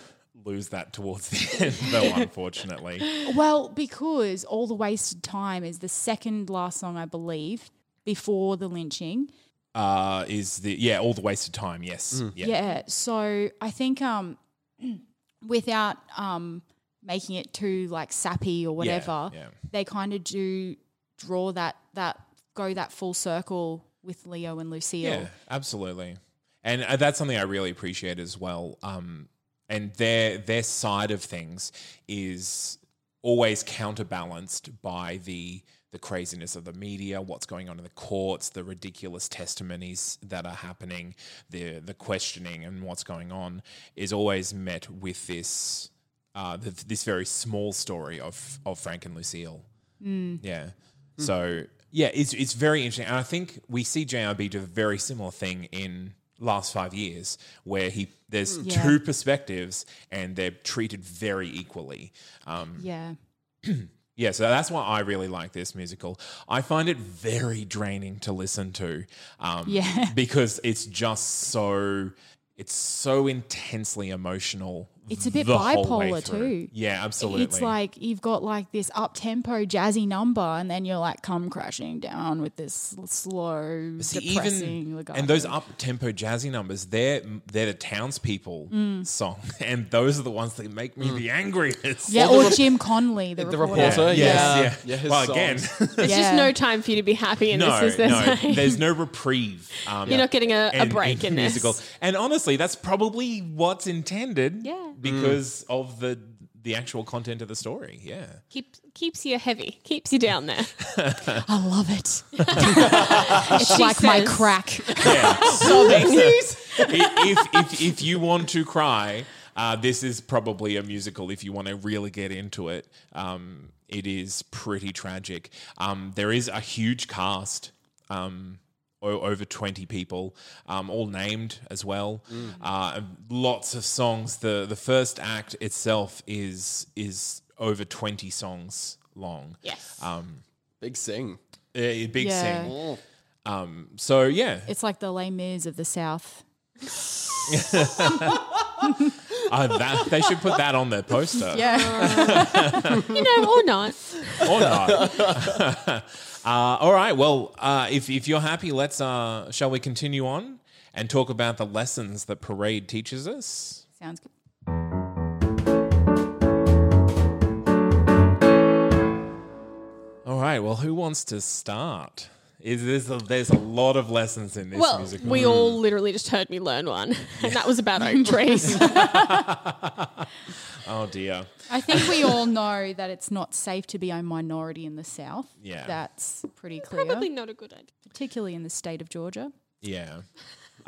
Speaker 1: lose that towards the end, though. Unfortunately,
Speaker 4: well, because All the Wasted Time is the second last song I believe before the lynching.
Speaker 1: uh, is the yeah all the wasted time. Yes, yeah.
Speaker 4: Yeah. So I think um without um making it too like sappy or whatever,
Speaker 1: yeah.
Speaker 4: they kind of do draw that that go that full circle with Leo and Lucille.
Speaker 1: Yeah, absolutely. And uh, that's something I really appreciate as well. Um, and their their side of things is always counterbalanced by the the craziness of the media, what's going on in the courts, the ridiculous testimonies that are happening, the the questioning and what's going on is always met with this uh, th- this very small story of of Frank and Lucille.
Speaker 4: Mm.
Speaker 1: Yeah. So yeah, it's it's very interesting, and I think we see JRB do a very similar thing in last five years, where he there's
Speaker 4: Hmm. Yeah.
Speaker 1: two perspectives and they're treated very equally. Um,
Speaker 4: Mm-hmm. Yeah.
Speaker 1: yeah, so that's why I really like this musical. I find it very draining to listen to, um,
Speaker 4: Yeah.
Speaker 1: because it's just so it's so intensely emotional.
Speaker 4: It's a bit
Speaker 1: the whole way
Speaker 4: bipolar
Speaker 1: through.
Speaker 4: too.
Speaker 1: Yeah, absolutely.
Speaker 4: It's like you've got like this up tempo jazzy number, and then you're like come crashing down with this l- slow,
Speaker 1: See,
Speaker 4: depressing.
Speaker 1: even
Speaker 4: legato.
Speaker 1: and those up tempo jazzy numbers, they're they're the townspeople
Speaker 2: Mm.
Speaker 1: song, and those are the ones that make me the angriest.
Speaker 4: yeah, or Jim Conley, the,
Speaker 3: The
Speaker 4: reporter.
Speaker 3: reporter,
Speaker 1: Yes,
Speaker 3: Mm. yeah.
Speaker 1: yeah.
Speaker 3: Yeah, his
Speaker 1: well,
Speaker 3: songs.
Speaker 1: again,
Speaker 2: There's
Speaker 4: Yeah.
Speaker 2: just no time for you to be happy, and
Speaker 1: no,
Speaker 2: this is their
Speaker 1: no,
Speaker 2: saying.
Speaker 1: there's no reprieve. Um,
Speaker 2: You're not getting a, a
Speaker 1: and-
Speaker 2: break in this.
Speaker 1: musical. And honestly, that's probably what's intended.
Speaker 2: Yeah.
Speaker 3: Mm.
Speaker 1: because of the the actual content of the story. Yeah,
Speaker 2: Keeps keeps you heavy, keeps you down there.
Speaker 4: I love it. it's like my
Speaker 2: says-
Speaker 4: crack.
Speaker 1: yeah.
Speaker 2: Sobbing.
Speaker 1: if, if, if, if you want to cry, uh, this is probably a musical. If you want to really get into it, um, it is pretty tragic. Um, there is a huge cast. Um, o- over 20 people, um, all named as well. Uh, lots of songs. The the first act itself is is over 20 songs long.
Speaker 2: yes.
Speaker 3: Big sing.
Speaker 1: A big
Speaker 4: Yeah.
Speaker 1: sing. Um, so yeah,
Speaker 4: It's like the Les Mis of the South.
Speaker 1: uh, that, they should put that on their poster.
Speaker 4: Yeah.
Speaker 2: you know, or not.
Speaker 1: or not. uh, all right. Well, uh, if if you're happy, let's uh, shall we continue on and talk about the lessons that Parade teaches us?
Speaker 4: Sounds good.
Speaker 1: All right. Well, who wants to start? Is this a, there's a lot of lessons in this Mm.
Speaker 2: Well,
Speaker 1: musical?
Speaker 2: we all literally just heard me learn one, and that was about oak trees.
Speaker 1: oh dear.
Speaker 4: I think we all know that it's not safe to be a minority in the South.
Speaker 1: Yeah.
Speaker 4: That's pretty clear.
Speaker 2: Probably not a good idea.
Speaker 4: Particularly in the state of Georgia.
Speaker 1: Yeah.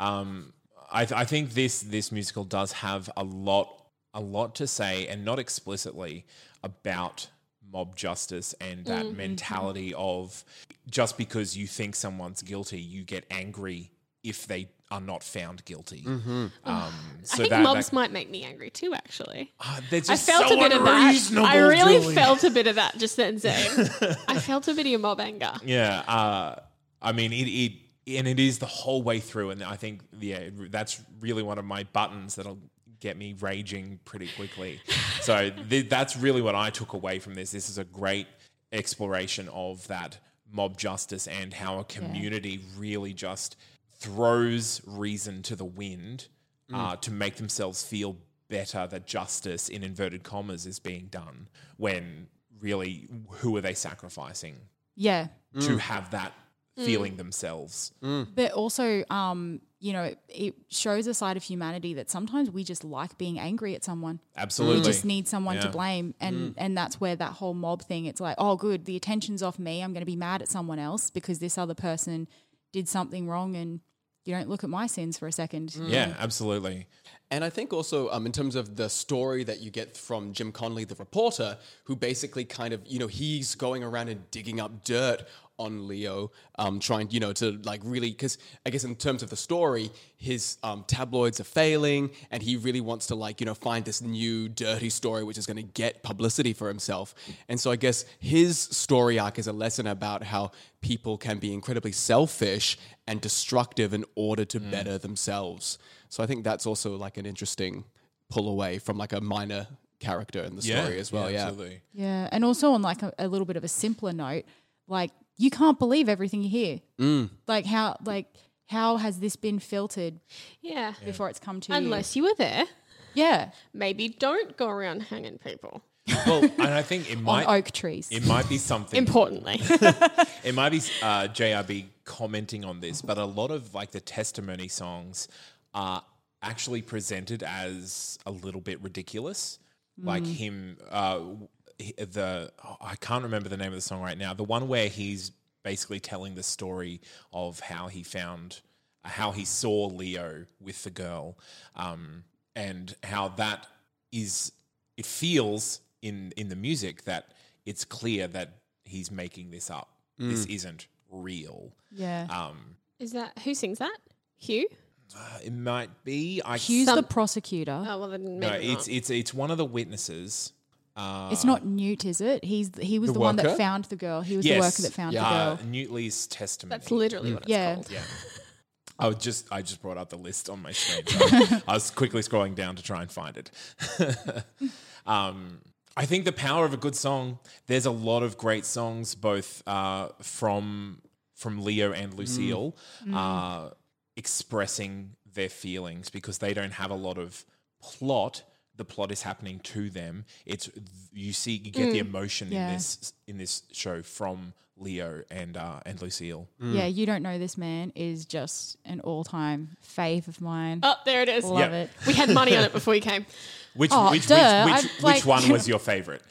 Speaker 1: Um, I, th- I think this this musical does have a lot a lot to say, and not explicitly about mob justice and that
Speaker 2: Mm-hmm.
Speaker 1: mentality of just because you think someone's guilty, you get angry if they are not found guilty. Um, so
Speaker 2: I think
Speaker 1: that,
Speaker 2: mobs
Speaker 1: that-
Speaker 2: might make me angry too. Actually,
Speaker 1: Ah, they're
Speaker 2: I
Speaker 1: just
Speaker 2: felt
Speaker 1: so
Speaker 2: a bit of that.
Speaker 1: unreasonable,
Speaker 2: I really
Speaker 1: Julie.
Speaker 2: felt a bit of that just then, Zane. I felt a bit of your mob anger.
Speaker 1: Yeah, uh, I mean it, it, and it is the whole way through, and I think yeah, that's really one of my buttons that'll get me raging pretty quickly. so th- that's really what I took away from this. This is a great exploration of that mob justice and how a community really just throws reason to the wind uh, to make themselves feel better that justice in inverted commas is being done when really who are they sacrificing
Speaker 4: Yeah.
Speaker 1: to have that feeling themselves.
Speaker 4: But also, um, you know, it shows a side of humanity that sometimes we just like being angry at someone.
Speaker 1: Absolutely.
Speaker 4: We just need someone to
Speaker 1: Yeah. Hmm.
Speaker 4: blame. And and that's where that whole mob thing, it's like, oh good, the attention's off me. I'm gonna be mad at someone else because this other person did something wrong and you don't look at my sins for a second.
Speaker 1: Yeah, absolutely.
Speaker 3: And I think also, um, in terms of the story that you get from Jim Conley, the reporter, who basically kind of, you know, he's going around and digging up dirt on Leo, um, trying, you know, to like really, because I guess in terms of the story, his um, tabloids are failing, and he really wants to like, you know, find this new dirty story which is going to get publicity for himself. And so I guess his story arc is a lesson about how people can be incredibly selfish and destructive in order to
Speaker 1: Mm.
Speaker 3: better themselves. So I think that's also like an interesting pull away from like a minor character in the story as well. Yeah.
Speaker 1: absolutely.
Speaker 4: Yeah, and also on like a, a little bit of a simpler note, like you can't believe everything you hear.
Speaker 1: Mm.
Speaker 4: Like how like how has this been filtered
Speaker 2: Yeah.
Speaker 4: before it's come to
Speaker 2: Unless you were there,
Speaker 4: you? Yeah,
Speaker 2: maybe don't go around hanging people.
Speaker 1: Well, and I think it
Speaker 4: on
Speaker 1: might
Speaker 4: oak trees.
Speaker 1: it might be something
Speaker 2: Importantly,
Speaker 1: It might be uh, JRB commenting on this, but a lot of like the testimony songs are actually presented as a little bit ridiculous. Like him, uh, he- the oh, I can't remember the name of the song right now. The one where he's basically telling the story of how he found, how he saw Leo with the girl, um, and how that is it feels in in the music that it's clear that he's making this up. This isn't real.
Speaker 4: yeah,
Speaker 1: Um,
Speaker 2: is that who sings that? Hugh?
Speaker 1: uh, it might be. I
Speaker 4: Hugh's
Speaker 2: some-
Speaker 4: the prosecutor.
Speaker 2: Oh well, then
Speaker 1: no.
Speaker 2: maybe
Speaker 1: It's
Speaker 2: not.
Speaker 1: it's it's one of the witnesses. Uh,
Speaker 4: it's not Newt, is it? He's he was
Speaker 3: The
Speaker 4: the, one
Speaker 3: worker?
Speaker 4: that found the girl. He was the worker that found
Speaker 1: yeah,
Speaker 4: the girl.
Speaker 1: Newtley's testimony.
Speaker 2: That's literally what it's
Speaker 4: Yeah.
Speaker 2: called.
Speaker 1: yeah. I was just I just brought up the list on my screen. so I was quickly scrolling down to try and find it. um, I think the power of a good song. There's a lot of great songs, both uh, from from Leo and Lucille, Uh, expressing their feelings because they don't have a lot of plot. The plot is happening to them. It's you see you get the emotion
Speaker 4: Yeah.
Speaker 1: in this in this show from Leo and uh, and Lucille.
Speaker 4: Yeah, you don't know this man is just an all time fave of mine.
Speaker 2: Oh, there it is.
Speaker 4: Love it.
Speaker 2: We had money on it before you came.
Speaker 1: Which
Speaker 4: Oh,
Speaker 1: which,
Speaker 4: duh,
Speaker 1: which,
Speaker 4: I'd
Speaker 1: which,
Speaker 4: like-
Speaker 1: which one was your favorite?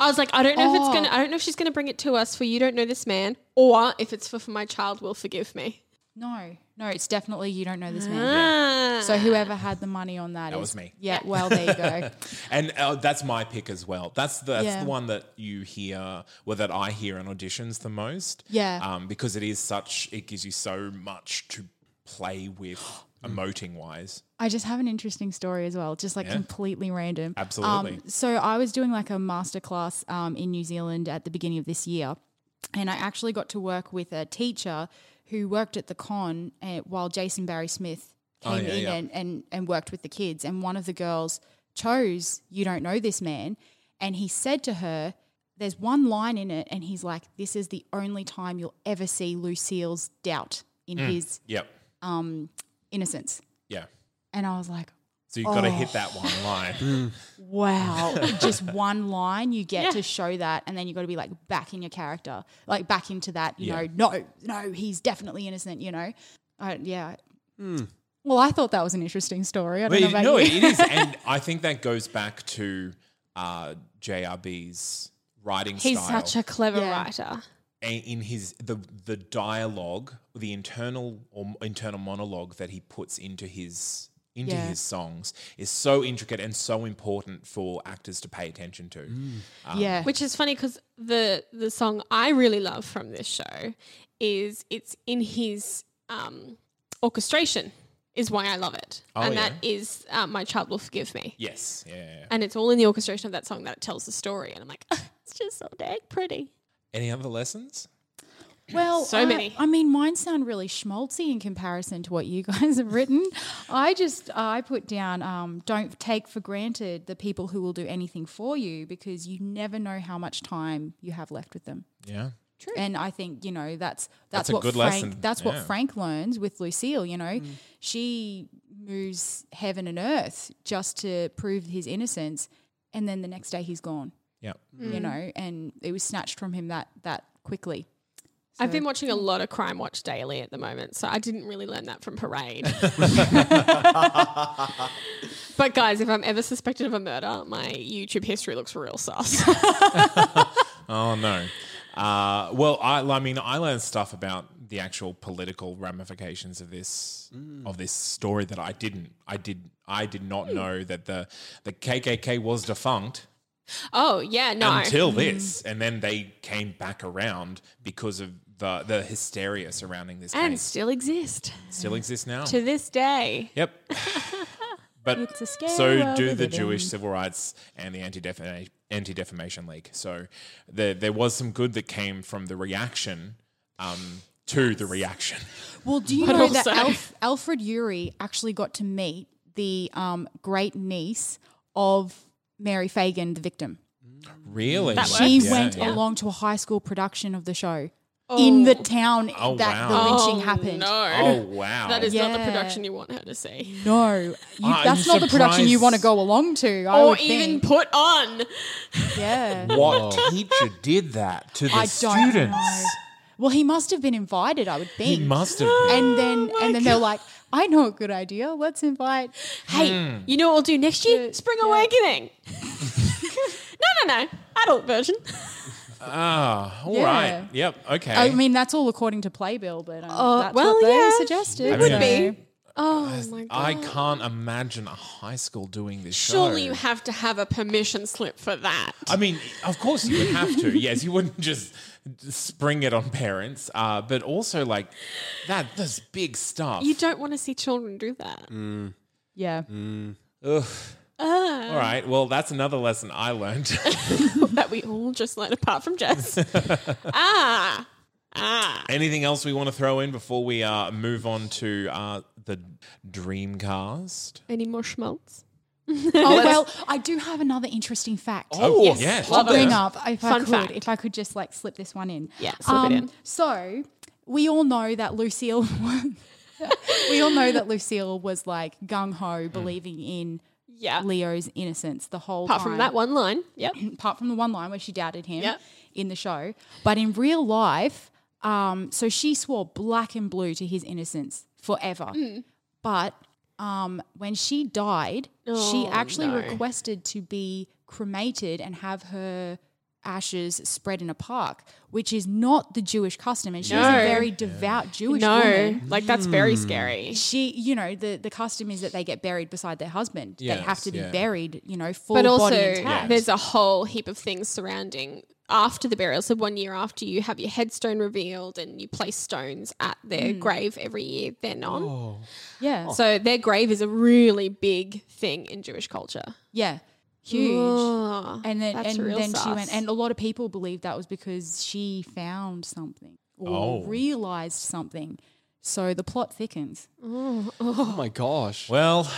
Speaker 2: I was like, I don't know if it's
Speaker 4: Oh.
Speaker 2: gonna. I don't know if she's gonna bring it to us for you don't know this man, or if it's for, for my child will forgive me.
Speaker 4: No, no, it's definitely you don't know this man.
Speaker 2: Ah.
Speaker 4: So whoever had the money on that,
Speaker 1: That
Speaker 4: is-
Speaker 1: was me.
Speaker 4: Yeah, well there you go.
Speaker 1: And uh, that's my pick as well. That's the, that's
Speaker 4: Yeah.
Speaker 1: the one that you hear, well, that I hear in auditions the most.
Speaker 4: Yeah.
Speaker 1: Um, because it is such, it gives you so much to play with, emoting wise.
Speaker 4: I just have an interesting story as well, just like completely random.
Speaker 1: Absolutely.
Speaker 4: Um, so I was doing like a masterclass um, in New Zealand at the beginning of this year, and I actually got to work with a teacher who worked at the con uh, while Jason Barry Smith came
Speaker 1: Oh, yeah,
Speaker 4: in
Speaker 1: yeah.
Speaker 4: And, and and worked with the kids. And one of the girls chose "You Don't Know This Man," and he said to her. There's one line in it, and he's like, "This is the only time you'll ever see Lucille's doubt in
Speaker 1: Hmm.
Speaker 4: his
Speaker 1: Yep.
Speaker 4: innocence."
Speaker 1: Yeah.
Speaker 4: And I was like,
Speaker 1: So you've got to hit that
Speaker 4: Oh.
Speaker 1: one line.
Speaker 4: wow just one line you get to show that and then you got to be like back in your character like back into that you
Speaker 1: Yeah.
Speaker 4: know no no he's definitely innocent you know I, yeah well i thought that was an interesting story i don't
Speaker 1: But
Speaker 4: know
Speaker 1: Hmm. it- no,
Speaker 4: about you
Speaker 1: it is. And I think that goes back to uh, JRB's writing
Speaker 2: He's
Speaker 1: style.
Speaker 2: such a clever
Speaker 4: Yeah.
Speaker 2: writer.
Speaker 1: a- in his the the dialogue, the internal or m- internal monologue that he puts into his into
Speaker 4: Yeah.
Speaker 1: his songs is so intricate and so important for actors to pay attention to. Ah.
Speaker 4: yeah
Speaker 2: Which is funny because the the song I really love from this show is it's in his um, orchestration is why I love it,
Speaker 1: Oh,
Speaker 2: and
Speaker 1: yeah.
Speaker 2: that is uh, my child will forgive me,
Speaker 1: Yes, yeah, yeah.
Speaker 2: and it's all in the orchestration of that song that it tells the story, and I'm like, it's just so dang pretty.
Speaker 1: Any other lessons?
Speaker 4: well
Speaker 2: so
Speaker 4: I,
Speaker 2: many.
Speaker 4: i mean mine sound really schmaltzy in comparison to what you guys have written i just i put down um, don't take for granted the people who will do anything for you because you never know how much time you have left with them
Speaker 1: Yeah.
Speaker 4: And I think you know that's that's,
Speaker 1: That's a
Speaker 4: what
Speaker 1: good
Speaker 4: Frank
Speaker 1: lesson,
Speaker 4: that's
Speaker 1: yeah.
Speaker 4: what Frank learns with Lucille. You know, she moves heaven and earth just to prove his innocence, and then the next day he's gone.
Speaker 1: Yeah.
Speaker 4: You know, and it was snatched from him that that quickly.
Speaker 2: I've been watching a lot of Crime Watch daily at the moment, so I didn't really learn that from Parade. but guys, if I'm ever suspected of a murder, my YouTube history looks real sus.
Speaker 1: Oh no. Uh, well, I, I mean, I learned stuff about the actual political ramifications of this of this story that I didn't. I did. I did not know that the the KKK was defunct
Speaker 2: oh yeah, no.
Speaker 4: Mm.
Speaker 1: until this, and then they came back around because of the the hysteria surrounding this
Speaker 2: and
Speaker 1: case.
Speaker 2: still exist
Speaker 1: Still exists now.
Speaker 2: to this day.
Speaker 1: Yep. But
Speaker 4: It's a scary
Speaker 1: so
Speaker 4: world
Speaker 1: do
Speaker 4: we
Speaker 1: the
Speaker 4: live
Speaker 1: Jewish
Speaker 4: in.
Speaker 1: civil rights and the Anti-Defama- anti-defamation league. So there there was some good that came from the reaction um, to the reaction.
Speaker 4: Well, do you
Speaker 2: But
Speaker 4: know that
Speaker 2: also-
Speaker 4: Alf- Alfred Uri actually got to meet the um, great niece of Mary Fagan, the victim?
Speaker 1: Really?
Speaker 2: That
Speaker 4: She
Speaker 2: works.
Speaker 4: went along to a high school production of the show in the town
Speaker 1: Oh, wow.
Speaker 4: that the lynching
Speaker 2: Oh,
Speaker 4: happened.
Speaker 2: No,
Speaker 1: Oh wow.
Speaker 2: that is not the
Speaker 4: Yeah.
Speaker 2: production you want her to see,
Speaker 4: No, you,
Speaker 1: I'm
Speaker 4: that's not the production you want to
Speaker 1: Ah, surprised.
Speaker 4: go along to. I
Speaker 2: or
Speaker 4: would
Speaker 2: even
Speaker 4: think.
Speaker 2: put on.
Speaker 4: yeah.
Speaker 1: what teacher did that to the
Speaker 4: I don't
Speaker 1: students?
Speaker 4: know. Well, he must have been invited. I would
Speaker 1: He
Speaker 4: think.
Speaker 1: must have. been.
Speaker 4: And then,
Speaker 2: Oh
Speaker 4: and then they're like, "I know a good idea. Let's invite."
Speaker 2: Hey,
Speaker 1: Hmm.
Speaker 2: you know what we'll do next year?
Speaker 4: Yeah,
Speaker 2: Spring
Speaker 4: yeah.
Speaker 2: Awakening. no, no, no, adult version.
Speaker 1: Ah, all
Speaker 4: Yeah.
Speaker 1: right. Yep. Okay.
Speaker 4: I mean, that's all according to Playbill, but um,
Speaker 2: Oh,
Speaker 4: that's
Speaker 2: well,
Speaker 4: what they
Speaker 2: yeah.
Speaker 4: suggested.
Speaker 1: It would
Speaker 4: so-
Speaker 2: be. Oh my god!
Speaker 1: I can't imagine a high school doing this
Speaker 2: Surely
Speaker 1: show.
Speaker 2: you have to have a permission slip for that.
Speaker 1: I mean, of course you would have to. yes, you wouldn't just spring it on parents. Uh, but also, like, that that's big stuff.
Speaker 2: You don't want to see children do that.
Speaker 1: Hmm.
Speaker 4: Yeah.
Speaker 1: Mm. Ugh. All right. Well, that's another lesson I learned.
Speaker 2: That we all just learn apart from Jess. ah, ah.
Speaker 1: Anything else we want to throw in before we uh, move on to uh, the Dreamcast?
Speaker 2: Any more schmaltz?
Speaker 4: Oh well, I do have another interesting fact.
Speaker 1: Oh,
Speaker 2: Yes.
Speaker 1: yes.
Speaker 2: Love
Speaker 4: I'll bring
Speaker 2: it.
Speaker 4: up if I
Speaker 2: Fun
Speaker 4: could,
Speaker 2: fact.
Speaker 4: if I could just like slip this one in. Um,
Speaker 2: Yeah, slip it in.
Speaker 4: So we all know that Lucille, we all know that Lucille was like gung
Speaker 2: Mm.
Speaker 4: ho, believing in
Speaker 2: Yeah.
Speaker 4: Leo's innocence the whole
Speaker 2: Uh, Apart
Speaker 4: time.
Speaker 2: from that one line. Yep.
Speaker 4: apart from the one line where she doubted him
Speaker 2: Yep.
Speaker 4: in the show, but in real life, um, so she swore black and blue to his innocence forever.
Speaker 2: Hmm.
Speaker 4: But um, when she died, she
Speaker 2: Oh,
Speaker 4: actually
Speaker 2: no.
Speaker 4: requested to be cremated and have her ashes spread in a park, which is not the Jewish custom. And she was a
Speaker 2: No.
Speaker 4: very devout Jewish
Speaker 2: no,
Speaker 4: woman.
Speaker 2: like that's very
Speaker 1: Hmm.
Speaker 2: scary.
Speaker 4: She, you know, the, the custom is that they get buried beside their husband. they have
Speaker 1: Yes,
Speaker 4: to be
Speaker 1: yeah.
Speaker 4: buried, you know, full
Speaker 2: But also,
Speaker 4: body intact.
Speaker 2: there's a whole heap of things surrounding after the burial. So one year after you have your headstone revealed and you place stones at their grave every year, they're not.
Speaker 4: Yeah.
Speaker 1: Oh.
Speaker 2: So their grave is a really big thing in Jewish culture.
Speaker 4: Yeah. Huge.
Speaker 2: Oh,
Speaker 4: and then
Speaker 2: that's
Speaker 4: and
Speaker 2: real
Speaker 4: then she
Speaker 2: sus.
Speaker 4: went and a lot of people believe that was because she found something or
Speaker 1: Oh.
Speaker 4: realized something. So the plot thickens.
Speaker 3: Oh my gosh.
Speaker 1: Well,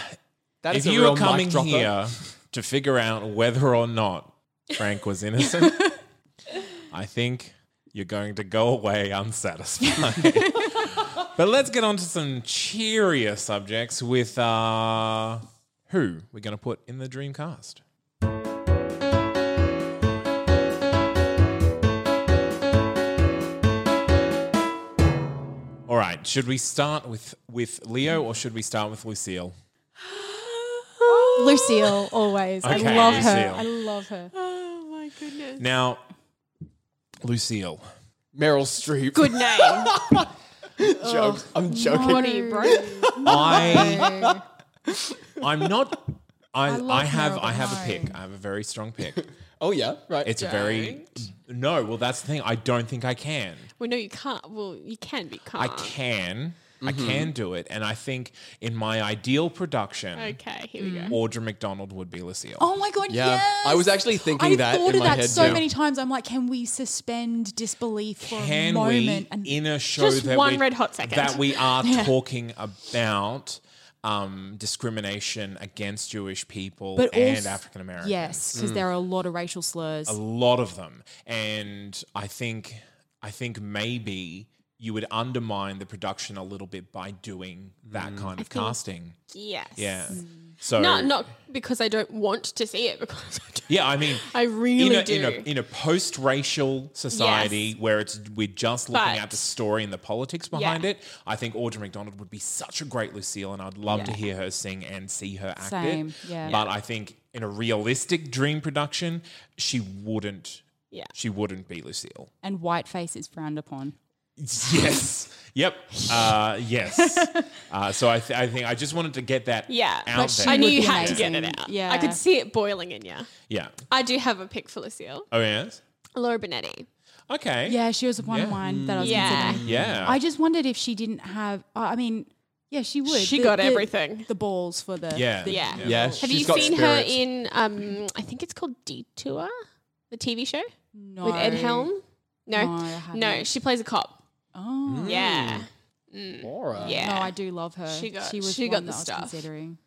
Speaker 3: That is
Speaker 1: if
Speaker 3: a
Speaker 1: you
Speaker 3: real
Speaker 1: are
Speaker 3: mic
Speaker 1: coming
Speaker 3: dropper.
Speaker 1: here to figure out whether or not Frank was innocent, I think you're going to go away unsatisfied. but let's get on to some cheerier subjects with uh, who we're going to put in the Dreamcast. All right, should we start with, with Leo or should we start with Lucille?
Speaker 4: Lucille always.
Speaker 1: Okay,
Speaker 4: I love
Speaker 1: Lucille.
Speaker 4: her. I love her.
Speaker 2: Oh my goodness.
Speaker 1: Now, Lucille.
Speaker 3: Meryl Streep.
Speaker 2: Good name.
Speaker 3: joke. I'm joking.
Speaker 2: what are you, bro?
Speaker 1: I
Speaker 2: Oh.
Speaker 4: No.
Speaker 1: I'm not. I
Speaker 4: love
Speaker 1: I, have
Speaker 4: Meryl,
Speaker 1: I have a
Speaker 4: no.
Speaker 1: pick. I have a very strong pick.
Speaker 3: Oh yeah, right.
Speaker 1: It's a very no. Well, that's the thing. I don't think I can.
Speaker 2: Well, no, you can't. Well, you can, but you
Speaker 1: I
Speaker 4: Ah.
Speaker 2: can't.
Speaker 1: can. I
Speaker 4: Mm-hmm.
Speaker 1: can do it. And I think in my ideal production,
Speaker 2: Okay, here we go.
Speaker 1: Audra McDonald would be Lucille.
Speaker 4: Oh my god,
Speaker 3: Yeah.
Speaker 4: yes.
Speaker 3: I was actually thinking
Speaker 4: I
Speaker 3: that in
Speaker 4: thought of
Speaker 3: my
Speaker 4: that
Speaker 3: head
Speaker 4: so
Speaker 3: too.
Speaker 4: many times. I'm like, can we suspend disbelief for a
Speaker 1: can we
Speaker 4: moment? and
Speaker 1: in a show
Speaker 2: Just
Speaker 1: that
Speaker 2: one
Speaker 1: we,
Speaker 2: red hot second.
Speaker 1: that we are talking about um, discrimination against Jewish people
Speaker 4: But
Speaker 1: and
Speaker 4: also-
Speaker 1: African Americans?
Speaker 4: yes,
Speaker 3: Mm.
Speaker 4: because there are a lot of racial slurs.
Speaker 1: a lot of them and i think i think maybe you would undermine the production a little bit by doing that kind of casting.
Speaker 2: Yes.
Speaker 1: Yeah. So
Speaker 2: Mm. Not not because I don't want to see it because I don't.
Speaker 1: Yeah, I mean,
Speaker 2: I really
Speaker 1: in a, in a,
Speaker 2: do.
Speaker 1: in a post-racial society
Speaker 2: Yes.
Speaker 1: where it's we're just looking
Speaker 2: But-
Speaker 1: at the story and the politics behind
Speaker 2: Yeah.
Speaker 1: it, I think Audra McDonald would be such a great Lucille, and I'd love to hear her sing and see her act
Speaker 4: Same,
Speaker 1: it.
Speaker 4: yeah.
Speaker 1: But I think in a realistic dream production, she wouldn't.
Speaker 2: Yeah.
Speaker 1: She wouldn't be Lucille.
Speaker 4: And whiteface is frowned upon.
Speaker 1: Yes. Yep. Uh, yes. Uh, so I, th- I think I just wanted to get that
Speaker 2: Yeah.
Speaker 1: out
Speaker 4: But she
Speaker 1: there.
Speaker 2: I knew
Speaker 4: would
Speaker 2: you
Speaker 4: be
Speaker 2: had to get it
Speaker 4: amazing.
Speaker 2: out.
Speaker 4: Yeah.
Speaker 2: I could see it boiling in you.
Speaker 1: yeah.
Speaker 2: I do have a pick for Lucille.
Speaker 1: Oh yes.
Speaker 2: Laura Benetti.
Speaker 1: Okay.
Speaker 4: Yeah, she was one
Speaker 1: Yeah.
Speaker 4: of mine that I was
Speaker 2: Yeah.
Speaker 4: considering.
Speaker 1: Yeah.
Speaker 4: I just wondered if she didn't have. Uh, I mean, yeah, she would.
Speaker 2: She got everything.
Speaker 4: The balls for the.
Speaker 1: yeah.
Speaker 4: the-
Speaker 2: Yeah.
Speaker 3: Yeah,
Speaker 2: Have
Speaker 3: she's
Speaker 2: you
Speaker 3: got
Speaker 2: seen her
Speaker 3: spirit.
Speaker 2: in um I think it's called Detour, the TV show
Speaker 4: no.
Speaker 2: with Ed Helm? No.
Speaker 4: No, I
Speaker 2: No,
Speaker 4: haven't.
Speaker 2: she plays a cop.
Speaker 4: Oh.
Speaker 2: Yeah. Mm.
Speaker 3: Laura.
Speaker 2: Yeah.
Speaker 4: No, I do love her.
Speaker 2: She got-
Speaker 4: was
Speaker 2: she
Speaker 4: one
Speaker 2: got the
Speaker 4: that I was
Speaker 2: stuff.
Speaker 4: Considering.